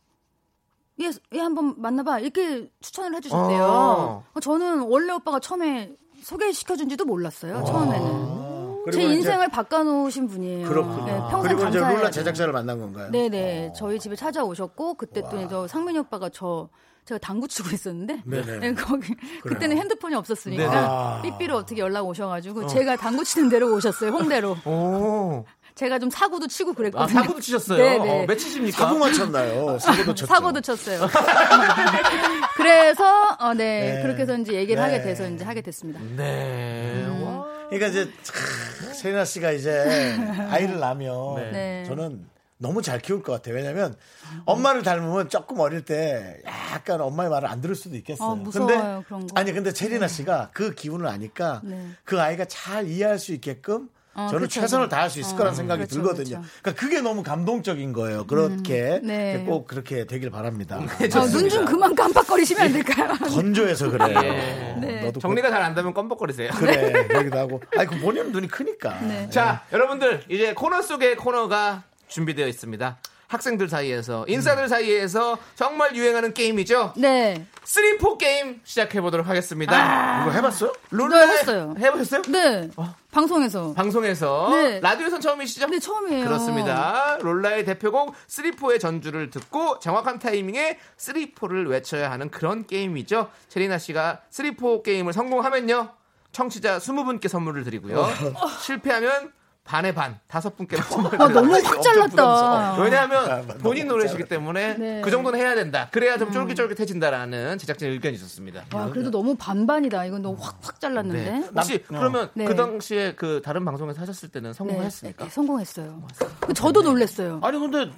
H: 얘, 얘 한번 만나봐. 이렇게 추천을 해주셨대요.
B: 아.
C: 어.
H: 어, 저는 원래 오빠가 처음에 소개시켜준지도 몰랐어요. 처음에는. 제
B: 아. 그리고 이제-
H: 인생을 바꿔놓으신 분이에요.
B: 그렇군요.
H: 네, 평생
B: 그리고 이제
H: 감사해요.
B: 룰라 제작자를 어. 만난 건가요?
H: 네네. 저희 집에 찾아오셨고, 그때 또 이제 상민이 오빠가 저, 제가 당구 치고 있었는데,
B: 네네. 네,
H: 네, 거기, 그때는 핸드폰이 없었으니까, 삐삐로 어떻게 연락 오셔가지고, 제가 당구 치는 데로 오셨어요, 홍대로.
C: 오.
H: 제가 좀 사고도 치고 그랬거든요.
C: 아 사고도 치셨어요.
H: 네네.
C: 어, 매치십니까?
B: 사고만 쳤나요? 사고도 쳤죠.
H: 네, 사고도 쳤어요. 그래서 어, 네,
B: 네.
H: 그렇게 해서 이제 얘기를
B: 네.
H: 하게 돼서 이제 하게
C: 음,
H: 됐습니다.
C: 네. 와.
B: 그러니까 이제 참, 세나 씨가 이제 아이를 낳으면
H: 네.
B: 저는 너무 잘 키울 것 같아요. 왜냐면 엄마를 닮으면 조금 어릴 때 약간 엄마의 말을 안 들을 수도 있겠어요.
H: 아, 무서워요, 그런 거.
B: 아니 근데 체리나 씨가 그 기분을 아니까
H: 네.
B: 그 아이가 잘 이해할 수 있게끔
H: 어,
B: 저는
H: 그쵸,
B: 최선을
H: 그쵸.
B: 다할 수 있을
H: 어,
B: 거라는 생각이
H: 그쵸,
B: 들거든요.
H: 그쵸.
B: 그러니까 그게 너무 감동적인 거예요. 그렇게
H: 네.
B: 꼭 그렇게 되길 바랍니다.
H: 아, 눈 좀 그만 깜빡거리시면
C: 예.
H: 안 될까요?
B: 건조해서 그래.
C: 네.
B: 너도
C: 정리가 잘 안 되면 껌뻑거리세요.
B: 그래 그러기도 하고. 아니 그 본인 눈이 크니까.
H: 네.
C: 자,
B: 네.
C: 여러분들 이제 코너 속의 코너가 준비되어 있습니다. 학생들 사이에서
B: 음.
C: 인싸들 사이에서 정말 유행하는 게임이죠.
H: 네,
C: 3포 게임 시작해 보도록 하겠습니다.
B: 아. 이거 해봤어요?
C: 룰라
H: 네, 했어요.
C: 해보셨어요?
H: 네 방송에서
C: 방송에서
H: 네.
C: 라디오에선 처음이시죠?
H: 네 처음이에요.
C: 그렇습니다. 롤라의 대표곡 3포의 전주를 듣고 정확한 타이밍에 3포를 외쳐야 하는 그런 게임이죠. 체리나 씨가 3포 게임을 성공하면요. 청취자 20분께 선물을 드리고요. 실패하면 반의 반, 다섯 분께 선물을
H: 아,
C: 드립니다.
H: 너무 확 잘랐다. 아.
C: 왜냐하면 본인 노래시기 때문에
H: 네. 음.
C: 그 정도는 해야 된다. 그래야 좀 쫄깃쫄깃해진다라는 제작진 의견이 있었습니다.
H: 와 그래도 너무 반반이다. 이건 너무 확 확 잘랐는데.
C: 네. 혹시 그러면
H: 네.
C: 그 당시에 그 다른 방송에서 하셨을 때는 성공했습니까?
H: 네, 성공했어요. 그 저도 놀랐어요.
B: 아니 근데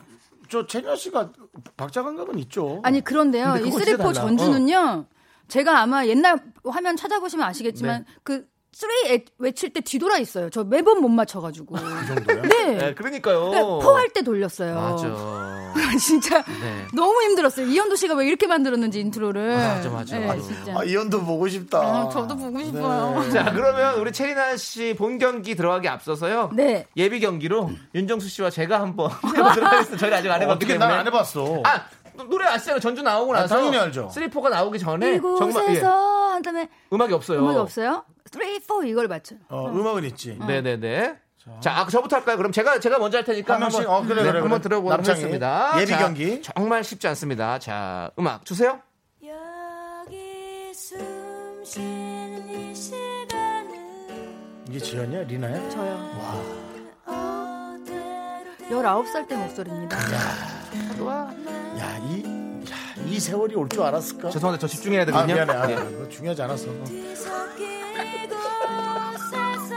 B: 저 채녀 씨가 박자 감각은 있죠.
H: 아니 그런데요.
B: 근데
H: 이
B: 그거
H: 쓰리
B: 진짜
H: 포
B: 달라.
H: 전주는요. 제가 아마 옛날 화면 찾아보시면 아시겠지만
B: 네.
H: 그 쓰리 애- 외칠 때 뒤돌아 있어요. 저 매번 못 맞춰가지고.
B: 아, 그
H: 네.
C: 네, 그러니까요.
B: 어.
H: 포할 때 돌렸어요.
C: 맞아.
H: 진짜
C: 네.
H: 너무 힘들었어요. 이현도 씨가 왜 이렇게 만들었는지 인트로를.
C: 맞아, 맞아,
H: 네,
C: 맞아.
H: 진짜.
B: 아, 이현도 보고 싶다. 네.
H: 아, 저도 보고 싶어요.
C: 자, 그러면 우리 체리나 씨 본 경기 들어가기 앞서서요.
H: 네.
C: 예비 경기로 윤정수 씨와 제가 한번 해보도록 하겠습니다. 저희는 아직 안 해봤기
B: 음. 어떻게
C: 때문에.
B: 난안 해봤어.
C: 아, 노래 아시잖아요. 전주 나오고
B: 아,
C: 나서.
B: 당연히 알죠.
C: 3포가 나오기
B: 네,
C: 전에. 정말. 예,
H: 이곳에서 한 다음에
C: 음악이 없어요.
H: 음악이 없어요? 쓰리 포 이걸 맞춰요.
B: 어, 음악은 있지.
C: 네네네. 자, 아, 저부터 할까요? 그럼 제가 제가 먼저 할 테니까
B: 한 명씩,
C: 한번, 네,
B: 어, 그래, 그래,
C: 한번
B: 그래.
C: 들어보도록
B: 남창희,
C: 하겠습니다.
B: 예비
C: 자,
B: 경기.
C: 정말 쉽지 않습니다. 자, 음악 주세요.
D: 여기 숨 쉬는 이 시간은
B: 이게 지연이야, 리나야?
H: 저요.
D: 어딜
H: 19살 때 목소리입니다.
B: 네, 야, 이, 야, 이 세월이 올 줄 알았을까?
C: 죄송한데 저 집중해야
B: 아,
C: 되거든요.
B: 미안해. 아,
C: 예.
B: 그거 중요하지 않았어. 어.
D: 뒤섞인 곳에서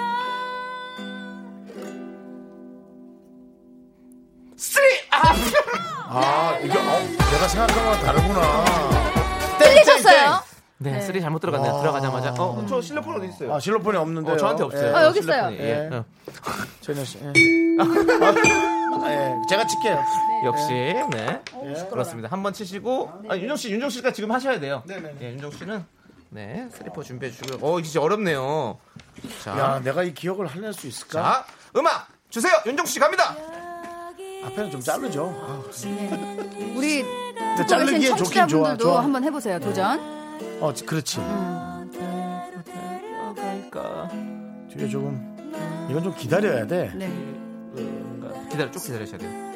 B: 아, 이게, 어, 내가 생각한 거랑 다르구나.
H: 틀리셨어요?
C: 네, 쓰리 잘못 들어갔네요.
B: 와.
C: 들어가자마자. 어, 저 실로폰 어디 있어요?
B: 아, 실로폰이 없는데.
C: 어, 저한테 없어요.
H: 아, 여기 있어요.
C: 실로폰이. 예.
B: 예.
C: 어.
B: 최현 씨. 예. 아, 예. 제가 칠게요.
C: 역시 네 그렇습니다. 한 번 치시고 아, 윤정 씨 윤정 씨가 지금 하셔야 돼요. 네네. 예, 윤정 씨는 네 슬리퍼 준비해 주고요. 어 이게 진짜 어렵네요. 자,
B: 야, 내가 이 기억을 할낼 수 있을까?
C: 자 음악 주세요. 윤정 씨 갑니다.
B: 앞에는 좀 자르죠. 아,
H: 우리
B: 근데
H: 듣고 계신
B: 자르기엔 좋긴 좋아.
H: 청취자분들도
B: 좋아.
H: 한번 해보세요. 도전.
B: 어, 그렇지.
H: 음.
C: 그러니까
B: 뒤에 조금. 이건 좀 기다려야 돼.
H: 네.
C: 기다려 쭉 기다리셔야 돼요.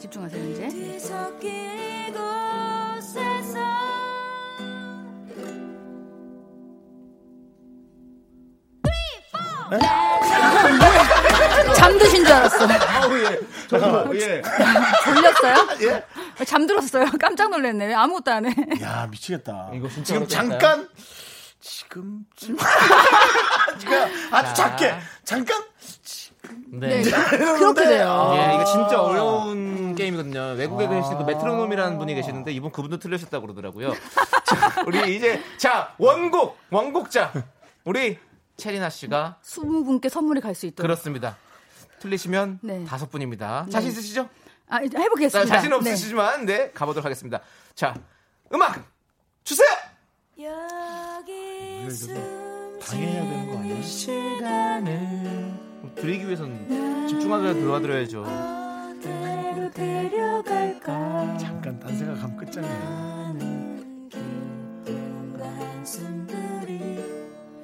H: 집중하세요, 이제.
D: 뒤섞인 곳에서
H: 잠드신 줄 알았어.
C: 잠깐만 예.
H: 졸렸어요? 어, 잠들었어요. 깜짝 놀랐네. 왜 아무것도 안 해.
B: 야, 미치겠다.
C: 이거 진짜
B: 지금
C: 어렵지 않나요?
B: 잠깐. 지금. 지금. 아주 작게. 잠깐. 아,
C: 네.
B: 그렇게 돼요.
C: 예, 이거 진짜 어려운 게임이거든요. 외국에 계신 그 메트로놈이라는 분이 계시는데 이분 그분도 틀리셨다고 그러더라고요. 자, 우리 이제 자 원곡 원곡자 우리 체리나 씨가
H: 20분께 선물이 갈 수 있도록.
C: 그렇습니다. 틀리시면
H: 네.
C: 다섯 분입니다. 자신 있으시죠?
H: 아, 이제
C: 자,
H: 해보겠습니다.
C: 자신
H: 네.
C: 없으시지만 네. 가보도록 하겠습니다. 자, 음악 주세요.
D: 여기
B: 당해야 되는 거 아니야?
C: 시간을 뭐 드리기 위해서는 집중하게 들어와드려야죠.
D: 숨대로 데려갈까
B: 잠깐 딴 생각하면 끝장이야.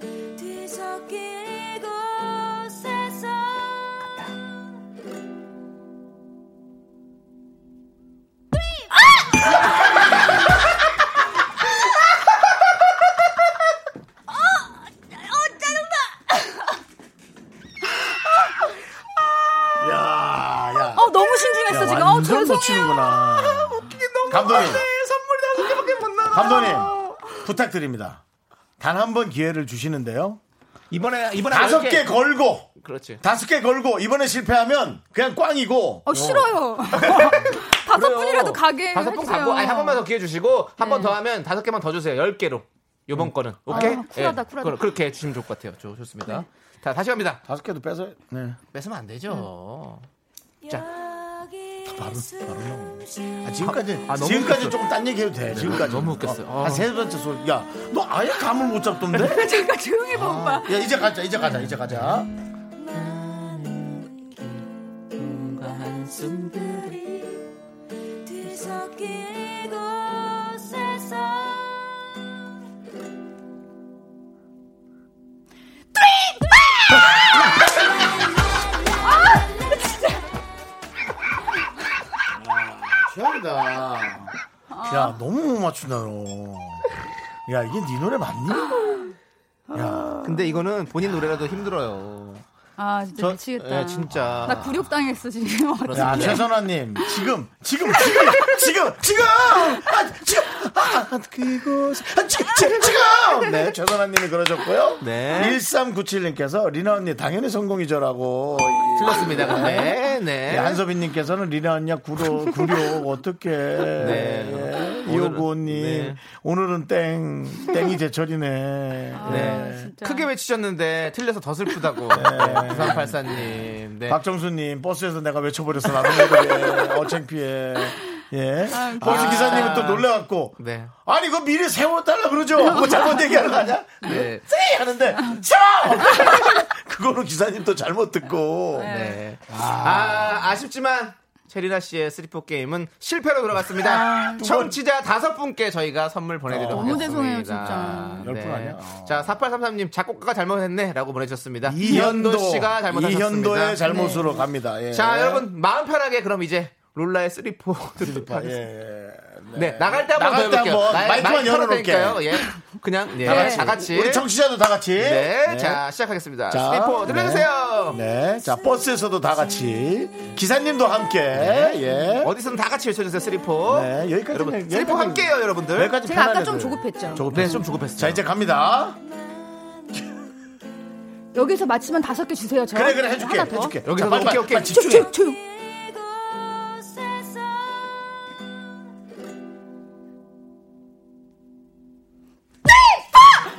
D: 한숨들이 뒤섞인 곳에서
B: 야, 야.
H: 어, 너무 신중했어, 어, 지금. 어,
B: 완전 못
H: 죄송해요.
B: 치는구나. 감독님,
C: 선물이 다섯 개밖에 못 나가.
B: 감독님 부탁드립니다. 단 한 번 기회를 주시는데요.
C: 이번에 이번에
B: 다섯
C: 열
B: 개 걸고
C: 그렇지.
B: 다섯 개 걸고 이번에 실패하면 그냥 꽝이고.
H: 어, 싫어요. 다섯 분이라도 가게
C: 다섯 분
H: 해주세요.
C: 갖고 아니 한 번만 더 기회 주시고 한 번 더 하면 다섯 개만 더 주세요. 열 개로. 요번 거는 오케이.
H: 쿨하다, 쿨하다.
C: 그, 렇게 해주시면 좋을 것 같아요. 좋, 좋습니다. 자 다시 갑니다.
B: 다섯 개도 빼서 네.
C: 뺏으면 안 되죠.
D: 여기
B: 아, 지금까지
C: 아, 너무
B: 지금까지
C: 웃겼어. 네,
B: 조금 딴 얘기해도 돼. 지금까지
C: 너무 웃겼어요.
B: 어, 한세 번째 소리. 야, 너 아예 감을 못 잡던데?
H: 잠깐 조용히 봐, 오빠.
B: 야, 이제 가자, 이제 가자, 이제 가자.
D: 뒤섞인 곳에서
B: 최악이다. 야, 너무 못 맞춘다 너. 야, 이게 네 노래 맞니? 야,
C: 근데 이거는 본인 노래라도 힘들어요.
H: 아, 진짜
C: 저-
H: 미치겠다.
C: 예, 진짜.
H: 나 굴욕당했어, 지금.
B: 야,
C: 네.
B: 최선아님 지금 지금 지금 지금 지금 아, 지금 아 그곳 아, 지, 지, 지금 네 최선아님이 그러셨고요.
C: 네.
B: 1397님께서 리나 언니 당연히 성공이죠라고.
C: 틀렸습니다. 근데 네.
B: 예, 한서빈님께서는 리나 언니 구려 구려 어떻게
C: 네.
B: 예, 이호구님
C: 네.
B: 오늘은 땡 땡이 제철이네.
C: 네.
H: 진짜.
C: 크게 외치셨는데 틀려서 더 슬프다고. 부산 팔사님. 네.
B: 네. 박정수님 버스에서 내가 외쳐버려서 나도 모르게 어챙피해. 예. 버스 기사님은 또 놀래갖고.
C: 아, 네.
B: 아니 그거 미리 세워달라 그러죠. 뭐 잘못 얘기하는 거 아니야?
C: 네.
B: 쎄 하는데 세워. 그거는 기사님 또 잘못 듣고.
C: 네. 아, 아쉽지만 체리나 씨의 스리포 게임은 실패로 돌아갔습니다. 청취자 다섯 분께 저희가 선물 보내드리도록
H: 너무
C: 하겠습니다. 네.
H: 죄송해요, 진짜.
B: 열분 아니야? 어.
C: 자, 4833님 작곡가가 잘못했네라고 보내주셨습니다.
B: 이현도
C: 아, 이현도 씨가 잘못하셨습니다. 네.
B: 이현도의 잘못으로 갑니다. 예.
C: 자, 여러분 마음 편하게 그럼 이제 룰라의 스리포
B: 예, 예.
C: 네, 나갈 때
B: 나갈
C: 한번 더
B: 때
C: 해볼게요.
B: 한번
C: 마이-
B: 마이크만
C: 마이크 털어도
B: 열어놓을게.
C: 될까요? 예. 그냥 예.
B: 다 같이.
C: 다 같이.
B: 우리 청취자도 다 같이.
C: 네, 자 시작하겠습니다.
B: 자,
C: 스피퍼
B: 네.
C: 들려주세요.
B: 네, 자 버스에서도 다 같이 기사님도 함께 예.
C: 네. 어디서든 다 같이 외쳐주세요. 스리포.
B: 네, 여기까지는-
C: 여러분, 스리포
B: 여기까지는-
C: 함께요, 여러분들.
B: 여기까지
H: 제가 아까
B: 편안하게
H: 좀
B: 들어요.
H: 조급했죠.
B: 조급했어요.
C: 네, 좀 조급했어요.
B: 자 이제 갑니다.
H: 여기서 맞히면 다섯 개 주세요. 저
B: 그래 그래 해줄게.
H: 하나 더.
B: 해줄게.
C: 어? 여기서
B: 자, 빨리,
C: 오케이,
B: 빨리,
C: 오케이.
B: 빨리 집중해.
H: 쭉, 쭉.
D: 이곳에서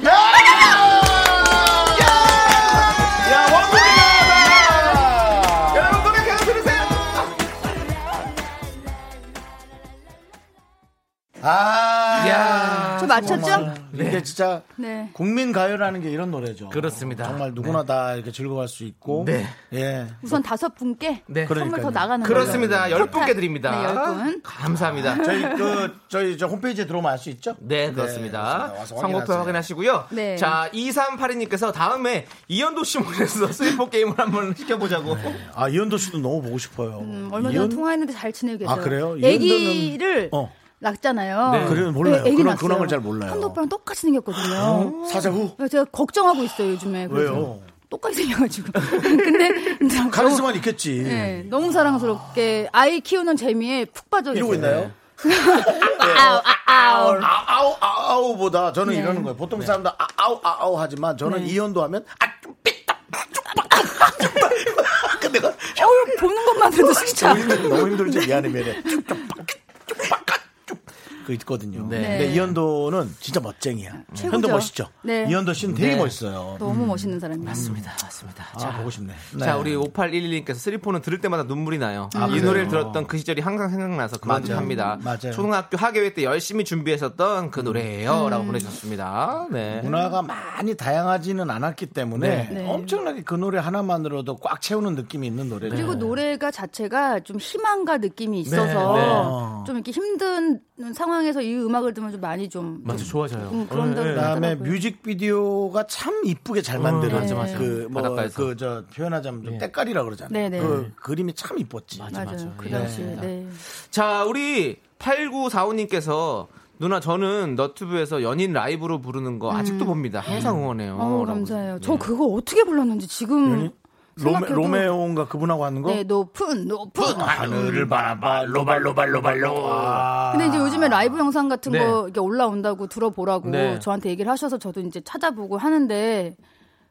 B: 야! 야! 야, 원곡이다!
C: 여러분 노래 계속 들으세요.
B: 아,
C: 야.
H: 저 맞췄죠?
B: 정말. 이게 진짜
H: 네.
B: 국민 가요라는 게 이런 노래죠.
C: 네. 그렇습니다.
B: 정말 누구나 다 이렇게 즐거워할 수 있고.
C: 네.
B: 예.
H: 우선 다섯 분께
C: 네.
H: 선물
B: 그러니까요.
H: 더 나가는 거예요.
C: 그렇습니다. 열 분께 드립니다. 아.
H: 네, 열 분.
C: 감사합니다.
B: 저희 그 저희 저 홈페이지에 들어오면 알 수 있죠?
C: 네,
B: 그렇습니다.
C: 그렇습니다.
B: 와서
C: 선곡표
B: 확인하세요.
C: 확인하시고요.
H: 네.
C: 자, 2382님께서 다음에 이현도 씨 모셔서 스리포 게임을 한번 시켜보자고.
B: 아, 이현도 씨도 너무 보고 싶어요.
H: 음, 얼마 전에
B: 이현-
H: 통화했는데 잘 지내고 계세요.
B: 아, 그래요? 이
H: 애기를
B: 정도는- 어.
H: 낳잖아요.
C: 네.
B: 그래요? 몰라요.
H: 애기
B: 그런-
H: 낳았어요.
B: 근황을 잘 몰라요.
H: 현도 오빠랑 똑같이 생겼거든요.
B: 사자 후.
H: 그래서 제가 걱정하고 있어요 요즘에. 그래서
B: 왜요?
H: 똑같이 생겨가지고. 근데 너무-
B: 카리스마 있겠지.
H: 네, 너무 사랑스럽게 아이 키우는 재미에 푹 빠져
B: 이러고
H: 있어요.
B: 있나요?
C: 네.
B: 네.
H: 아우 아우. 아우.
B: 아우 아우보다 저는
H: 네.
B: 이러는 거예요. 보통 사람들 아우 아우 하지만 저는 이현도 하면 아좀 삐딱 쭉빡 근데 내가
H: 어우 보는 것만으로도 진짜.
B: 너무 힘들- 너무 힘들지 미안해 미안해 쭉쭉빡 쭉빡 그 있거든요.
C: 네.
B: 근데 이현도는 진짜 멋쟁이야.
H: 음. 최고죠.
B: 현도 멋있죠.
H: 네.
B: 이현도 씨는 되게
C: 네.
B: 멋있어요.
H: 너무 멋있는 사람이에요.
C: 맞습니다. 맞습니다.
B: 아,
C: 자,
B: 보고 싶네.
C: 자, 우리 5811님께서 스리포는 들을 때마다 눈물이 나요.
B: 아,
C: 이
B: 그래요?
C: 노래를 들었던 그 시절이 항상 생각나서 그런 듯
B: 맞아요.
C: 합니다.
B: 맞아요. 음.
C: 초등학교 학예회 때 열심히 준비했었던 그 노래예요. 라고 보내주셨습니다. 네.
B: 문화가 많이 다양하지는 않았기 때문에
H: 네. 네.
B: 엄청나게 그 노래 하나만으로도 꽉 채우는 느낌이 있는 노래죠.
H: 그리고 노래가 자체가 좀 희망과 느낌이 있어서
B: 네.
H: 좀 이렇게 힘든 상황에서 이 음악을 들으면 좀 많이 좀,
C: 맞아,
H: 좀
C: 좋아져요.
H: 음, 그런 점이
B: 그다음에
H: 있더라고요.
B: 뮤직비디오가 참 이쁘게 잘 만들어진
H: 음, 네.
B: 그
C: 맞아, 맞아. 바닷가에서.
B: 그뭐그저 표현하자면 좀 때깔이라 그러잖아요.
H: 네, 네.
B: 그 그림이 참 이뻤지.
H: 맞아요.
C: 맞아요.
H: 그
C: 예.
H: 당시에.
C: 네.
H: 네.
C: 자, 우리 8945님께서 누나 저는 너튜브에서 연인 라이브로 부르는
B: 음.
C: 거 아직도 봅니다. 항상 응원해요.
H: 어,
C: 라고. 네.
H: 감사해요. 저 그거 어떻게 불렀는지 지금
B: 네. 로메,
H: 생각해도-
B: 로메오인가 그분하고 하는 거?
H: 네, 높은 높은
B: 아, 하늘을 바라봐 로발 로발 로발 로. 아.
H: 근데 이제 요즘에 라이브 영상 같은
C: 네.
H: 거 이게 올라온다고 들어보라고
C: 네.
H: 저한테 얘기를 하셔서 저도 이제 찾아보고 하는데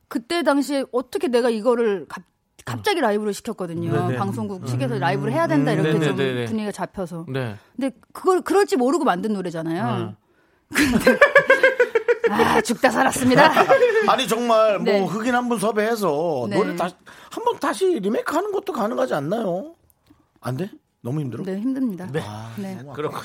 H: 그때 당시에 어떻게 내가 이거를 갑, 갑자기 라이브를 시켰거든요.
C: 네,
H: 방송국 측에서 라이브를 해야 된다 이렇게
C: 음. 네네,
H: 좀
C: 네네.
H: 분위기가 잡혀서.
C: 네.
H: 근데 그걸 그럴지 모르고 만든 노래잖아요. 근데 아 죽다 살았습니다.
B: 아니 정말 뭐
H: 네.
B: 흑인 한 분 섭외해서
H: 네.
B: 노래 다시 한 번 다시 리메이크하는 것도 가능하지 않나요? 안 돼? 너무 힘들어. 아,
H: 네 힘듭니다. 네.
C: 그렇군.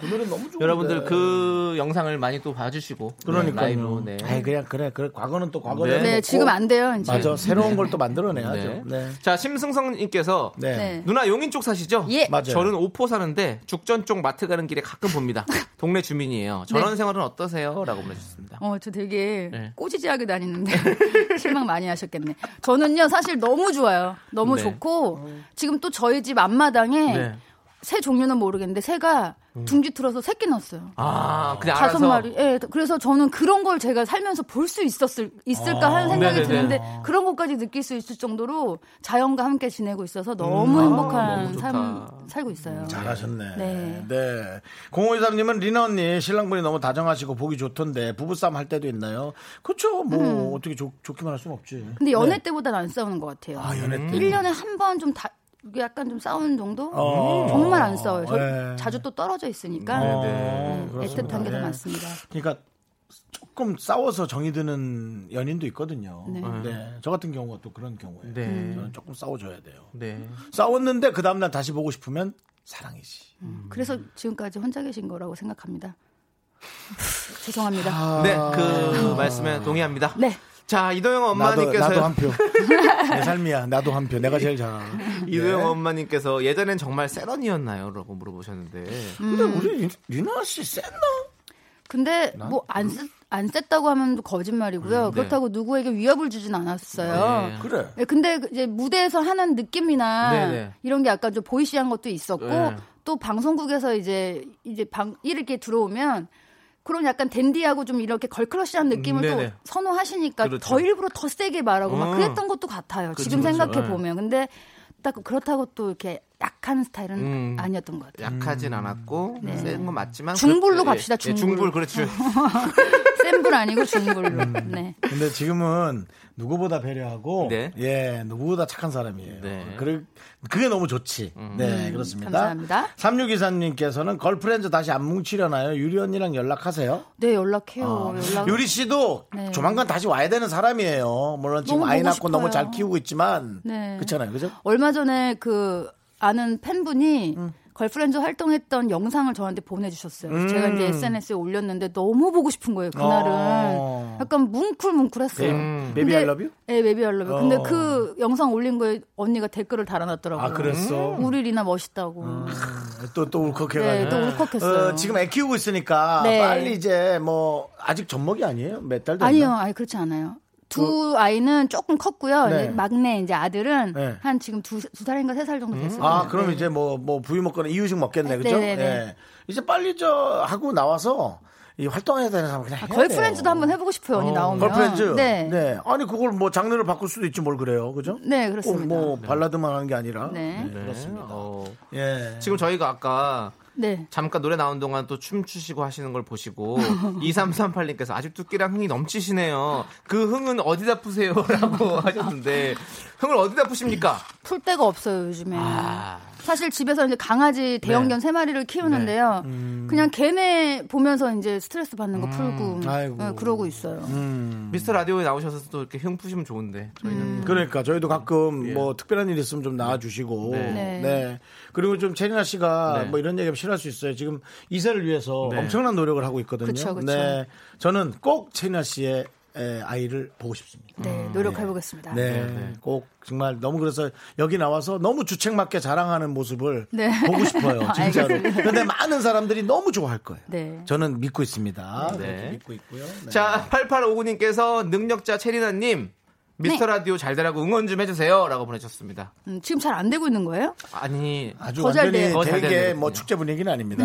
B: 그 노래 너무 좋은데.
C: 여러분들 그 영상을 많이 또 봐주시고.
B: 그러니까요.
C: 네, 라이브로. 네.
B: 아이 그냥 그래 그래 과거는 또 과거대로.
C: 네,
H: 네,
B: 놓고
H: 지금 안 돼요 이제.
B: 맞아 새로운 걸 또
C: 네.
B: 만들어내야죠. 네.
C: 자, 심승성님께서
B: 네.
H: 네.
C: 누나 용인 쪽 사시죠?
H: 예.
B: 맞아요.
C: 저는 오포 사는데 죽전 쪽 마트 가는 길에 가끔 봅니다. 동네 주민이에요. 저런
H: 네.
C: 생활은 어떠세요? 라고 보내주셨습니다.
H: 어, 저 되게
C: 네.
H: 꼬지지하게 다니는데 실망 많이 하셨겠네. 저는요, 사실 너무 좋아요. 너무
C: 네.
H: 좋고 지금 또 저희 집 앞마당에
C: 네.
H: 새 종류는 모르겠는데 새가
C: 음.
H: 둥지 틀어서 새끼 넣었어요.
C: 아, 그냥
H: 다섯
C: 알아서.
H: 마리. 예. 그래서 저는 그런 걸 제가 살면서 볼 수 있었을 있을까 하는 생각이
C: 아, 네네네.
H: 드는데 그런 것까지 느낄 수 있을 정도로 자연과 함께 지내고 있어서 너무
C: 아,
H: 행복한
C: 너무 좋다. 음,
H: 삶 살고 있어요.
B: 잘하셨네. 네.
H: 네.
B: 0523님은 리나 언니 신랑분이 너무 다정하시고 보기 좋던데 부부싸움 할 때도 있나요? 그렇죠. 뭐 어떻게 좋, 기만할 수는 없지.
H: 음.
C: 네.
H: 근데 연애 때보다는 안 싸우는 것 같아요.
B: 아 연애 때.
H: 1년에 한 번 좀 다, 이게 약간 좀 싸우는 정도?
B: 어.
H: 정말 안 싸워요. 저-
B: 네.
H: 자주 또 떨어져 있으니까
B: 네,
H: 네,
B: 그렇습니다.
H: 애틋한 게 더
B: 네.
H: 많습니다.
B: 그러니까 조금 싸워서 정이 드는 연인도 있거든요. 네.
H: 네.
B: 저 같은 경우가 또 그런 경우에
C: 네.
B: 저는 조금 싸워줘야 돼요.
C: 네.
B: 싸웠는데 그 다음날 다시 보고 싶으면 사랑이지.
H: 음. 그래서 지금까지 혼자 계신 거라고 생각합니다.
B: 아,
H: 죄송합니다.
C: 네, 그 말씀에 동의합니다.
H: 네.
C: 자,
B: 나도
C: 이도영
B: 나도
C: 엄마님께서
B: 한 표. 내 삶이야. 나도 한 표. 내가 제일 잘하는. 네.
C: 이도영 엄마님께서 예전엔 정말 세런이었나요? 라고 물어보셨는데.
H: 음.
B: 근데 우리 유나 씨 쎘나?
H: 근데 뭐 안
B: 그
H: 안 셌다고 하면
B: 음,
H: 거짓말이고요.
C: 네.
H: 그렇다고 누구에게 위협을 주진 않았어요.
C: 네.
B: 그래.
H: 예, 근데 그 이제 무대에서 하는 느낌이나
C: 네네.
H: 이런 게 약간 좀 보이시한 것도 있었고
C: 네.
H: 또 방송국에서 이제 이제 방 이렇게 들어오면 그런 약간 댄디하고 좀 이렇게 걸클러시한 느낌을
C: 음, 네네.
H: 또 선호하시니까
C: 그렇죠.
H: 더 일부러 더 세게 말하고 막
C: 음.
H: 그랬던 것도 같아요.
C: 그렇죠,
H: 지금
C: 그렇죠.
H: 생각해 보면 근데 딱 그렇다고 또 이렇게 약한 스타일은
C: 음.
H: 아니었던 것 같아요.
C: 약하진 않았고 센 건 맞지만
H: 음. 네. 중불로
C: 그렇게-
H: 갑시다,
C: 예,
H: 중불. 음.
C: 중불 그렇죠.
H: 센불 아니고 중불로.
C: 음.
H: 네.
B: 근데 지금은 누구보다 배려하고
C: 네.
B: 예 누구보다 착한 사람이에요.
C: 네.
B: 그래 그게 너무 좋지. 네 그렇습니다.
H: 감사합니다.
B: 3624님께서는 걸프렌즈 다시 안 뭉치려나요? 유리 언니랑 연락하세요.
H: 네, 연락해요.
C: 아.
H: 연락.
B: 유리 씨도
H: 네.
B: 조만간 다시 와야 되는 사람이에요. 물론 지금
H: 너무
B: 아이
H: 보고
B: 낳고 너무
H: 싶어요.
B: 잘 키우고 있지만
H: 네.
B: 그렇잖아요, 그죠?
H: 얼마 전에 그 아는 팬분이 걸프렌즈 활동했던 영상을 저한테 보내주셨어요. 그래서 제가 이제 SNS에 올렸는데 너무 보고 싶은 거예요. 그날은
B: 어.
H: 약간 뭉클뭉클했어요.
B: 음. Baby I love you?
H: 네, 베비 알러뷰. 근데
B: 어.
H: 그 영상 올린 거에 언니가 댓글을 달아놨더라고요.
B: 아 그랬어.
H: 우리 리나 멋있다고.
B: 또 또 울컥해가지고.
H: 네, 또 울컥했어요.
B: 어, 지금 애 키우고 있으니까
H: 네.
B: 빨리 이제 뭐 아직 젖먹이 아니에요? 몇 달도 안
H: 아니요,
B: 됐나?
H: 아니 그렇지 않아요. 두 아이는 조금 컸고요.
B: 네.
H: 이제 막내 이제 아들은
B: 네.
H: 한 지금 두, 두 살인가 세 살 정도 됐어요.
B: 아, 그럼 이제 뭐, 뭐, 부유 먹거나 이유식 먹겠네, 그죠?
H: 네. 네네네.
B: 예. 이제 빨리 저, 하고 나와서, 이 활동해야 되는 사람 그냥.
H: 아,
B: 해야
H: 걸프렌즈도
B: 돼요.
H: 한번 해보고 싶어요. 언니 나오면.
B: 걸프렌즈?
H: 네.
B: 아니, 그걸 뭐, 장르를 바꿀 수도 있지 뭘 그래요, 그죠?
H: 네, 그렇습니다.
B: 꼭 뭐, 발라드만 하는 게 아니라.
H: 네.
B: 그렇습니다.
C: 어,
B: 예.
C: 지금 저희가 아까
H: 네.
C: 잠깐 노래 나온 동안 또 춤추시고 하시는 걸 보시고 2338님께서 아직도 끼랑 흥이 넘치시네요. 그 흥은 어디다 푸세요? 라고 하셨는데 흥을 어디다 푸십니까?
H: 풀 데가 없어요 요즘에.
C: 아.
H: 사실 집에서 이제 강아지
B: 네.
H: 대형견 세 마리를 키우는데요.
B: 음.
H: 그냥 걔네 보면서 이제 스트레스 받는 거 풀고
B: 아이고. 음.
H: 네, 그러고 있어요.
C: 미스터 라디오에 나오셔서 또 이렇게 흥 푸시면 좋은데 저희는
B: 그러니까 저희도 가끔 뭐 특별한 일 있으면 좀 나와주시고 네.
H: 네.
B: 그리고 좀 채리나 씨가
C: 네.
B: 뭐 이런 얘기하면 싫어할 수 있어요 지금 이사를 위해서 엄청난 노력을 하고 있거든요
H: 그쵸, 그쵸.
B: 네 저는 꼭 채리나 씨의 에, 아이를 보고 싶습니다
H: 네, 노력해 보겠습니다.
B: 음. 네, 꼭 정말 너무 그래서 여기 나와서 너무 주책맞게 자랑하는 모습을
H: 네.
B: 보고 싶어요, 진짜로.
H: 알겠습니다.
B: 근데 많은 사람들이 너무 좋아할 거예요.
H: 네.
B: 저는 믿고 있습니다.
C: 네.
B: 그렇게 믿고 있고요. 네.
C: 자, 8859님께서 능력자 체리나님, 미스터 라디오 잘 되라고 응원 좀 해주세요. 라고 보내셨습니다.
H: 음, 지금 잘 안 되고 있는 거예요?
C: 아니,
B: 아주
H: 거절
B: 완전히
H: 돼요.
C: 거절
B: 되게
C: 되는군요.
B: 뭐 축제 분위기는 아닙니다.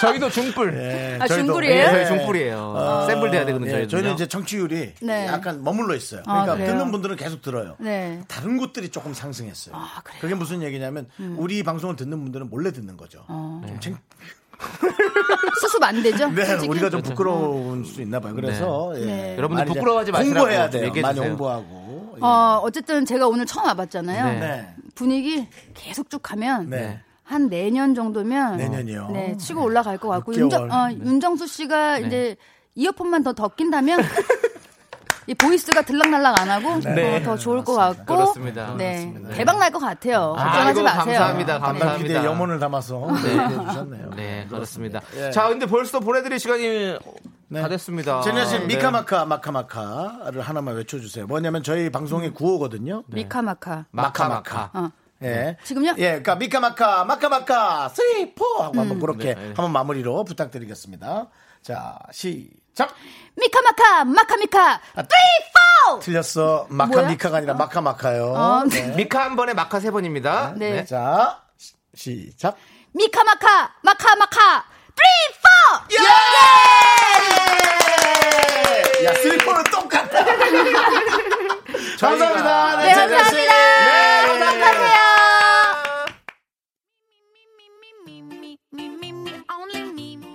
C: 저희, 도 중불.
B: 예,
H: 아,
B: 저희도-
H: 중불이에요?
B: 예, 어,
C: 저희 중불이에요. 센불 돼야 되거든요, 저희는요.
B: 저희는 이제 청취율이
H: 네.
B: 약간 머물러 있어요.
H: 아,
B: 그러니까
H: 그래요?
B: 듣는 분들은 계속 들어요.
H: 네.
B: 다른 곳들이 조금 상승했어요.
H: 아, 음. 그래요?
B: 그게 무슨 얘기냐면 우리 방송을 듣는 분들은 몰래 듣는 거죠.
H: 어.
B: 좀
C: 네.
B: 창-
H: 수습 안 되죠?
B: 네,
H: 솔직히? 그렇죠.
B: 우리가 좀 부끄러울 수 있나 봐요. 그래서 예.
H: 네.
C: 여러분들
B: 많이 이제
C: 부끄러워하지 마시라고
B: 홍보해야
C: 좀
B: 돼요.
C: 얘기해
B: 많이
C: 주세요.
B: 홍보하고. 예.
H: 어, 어쨌든 제가 오늘 처음 와봤잖아요.
B: 네.
H: 분위기 계속 쭉 가면
B: 네.
H: 한 내년 정도면
B: 내년이요?
H: 네, 치고 올라갈 것 같고
B: 육 개월. 네.
H: 윤정, 어, 윤정수 씨가
C: 네.
H: 이제 이어폰만 더 더 낀다면 이 보이스가 들락날락 안 하고
B: 네.
H: 어, 더 좋을 것 같고
C: 네. 그렇습니다.
H: 네, 대박 날 것 같아요. 걱정하지
C: 아이고,
H: 마세요.
C: 감사합니다.
B: 담당
C: 감사합니다.
B: PD의 염원을 담아서 얘기해 주셨네요.
C: 네, 그렇습니다.
B: 예.
C: 자, 근데 벌써 보내드릴 시간이 다 됐습니다.
B: 제니아 네. 씨
C: 네.
B: 미카마카 마카마카를 하나만 외쳐주세요. 뭐냐면 저희
H: 음.
B: 방송의 구호거든요.
H: 미카마카.
C: 마카마카.
H: 어.
B: 예.
H: 지금요?
B: 예, 그러니까 미카마카 마카마카 쓰리 포 하고 한번
H: 음.
B: 그렇게
C: 네, 네.
B: 한번 마무리로 부탁드리겠습니다. 자 시작.
H: 미카마카, 마카미카,
B: 아,
H: 트리포!
B: 틀렸어. 마카
H: 뭐야?
B: 미카가 아니라 마카마카요.
H: 어,
C: 미카 한 번에 마카 세 번입니다.
H: 네.
C: 네.
B: 자 시- 시작.
H: 미카마카, 마카마카, 트리포!
B: 야, 슬리퍼는 똑같다. 감사합니다.
H: 네,
B: 제니아 씨.
H: 감사합니다.
B: 네.
E: me, me, me, me, me, only me, me.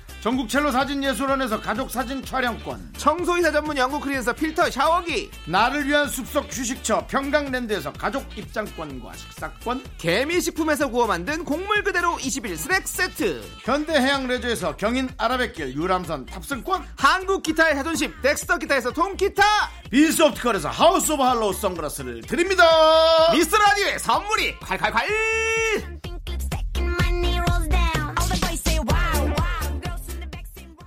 B: 전국 첼로 사진 예술원에서 가족 사진 촬영권.
C: 청소이사 전문 영국 크린에서 필터 샤워기
B: 나를 위한 숲속 휴식처 평강랜드에서 가족 입장권과 식사권.
C: 개미식품에서 구워 만든 곡물 그대로 21 스낵 세트
B: 현대해양 레저에서 경인 아라뱃길 유람선 탑승권.
C: 한국 기타의 자존심 덱스터 기타에서 통기타
B: 빈소프트컬에서 하우스 오브 할로우 선글라스를 드립니다.
C: 미스터 라디오의 선물이 콸콸콸
E: Something clips taking my knee rolls down. All the boys say wow, wow. Girls in the back say wow.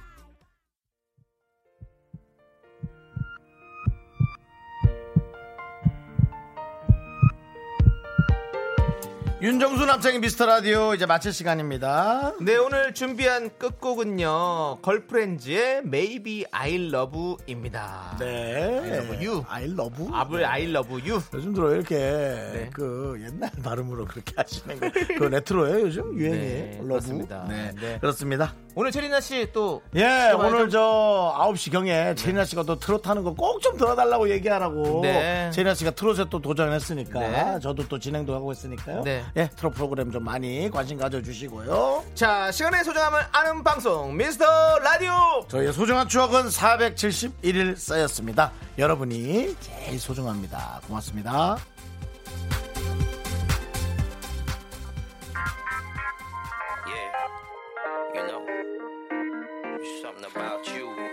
B: 윤정수 남창의 미스터 라디오 이제 마칠 시간입니다.
C: 네 오늘 준비한 끝곡은요 걸프렌즈의 Maybe I Love You입니다.
B: 네.
C: I love you.
B: I love you.
C: 아블 I Love You.
B: 요즘 들어 이렇게
C: 네.
B: 그 옛날 발음으로 그렇게 하시는 거. 그 레트로예요 요즘 유행이.
C: 네,
B: 러브.
C: 그렇습니다.
B: 네.
C: 네.
B: 그렇습니다.
C: 오늘 체리나 씨또
B: 예,
C: 시켜봐야죠.
B: 오늘 저 9시 경에 제이나 씨가 또 트로트 하는 거 꼭 좀 들어달라고 얘기하라고.
C: 네.
B: 제이나 씨가 트로트에 또 도전했으니까.
C: 네.
B: 저도 또 진행도 하고 있으니까요.
C: 네.
B: 예, 트로트 프로그램 좀 많이 관심 가져주시고요.
C: 자, 시간의 소중함을 아는 방송 미스터 라디오.
B: 저희의 소중한 추억은 471일 쌓였습니다. 여러분이 제일 소중합니다. 고맙습니다.
G: Yeah, you know, there's something about you.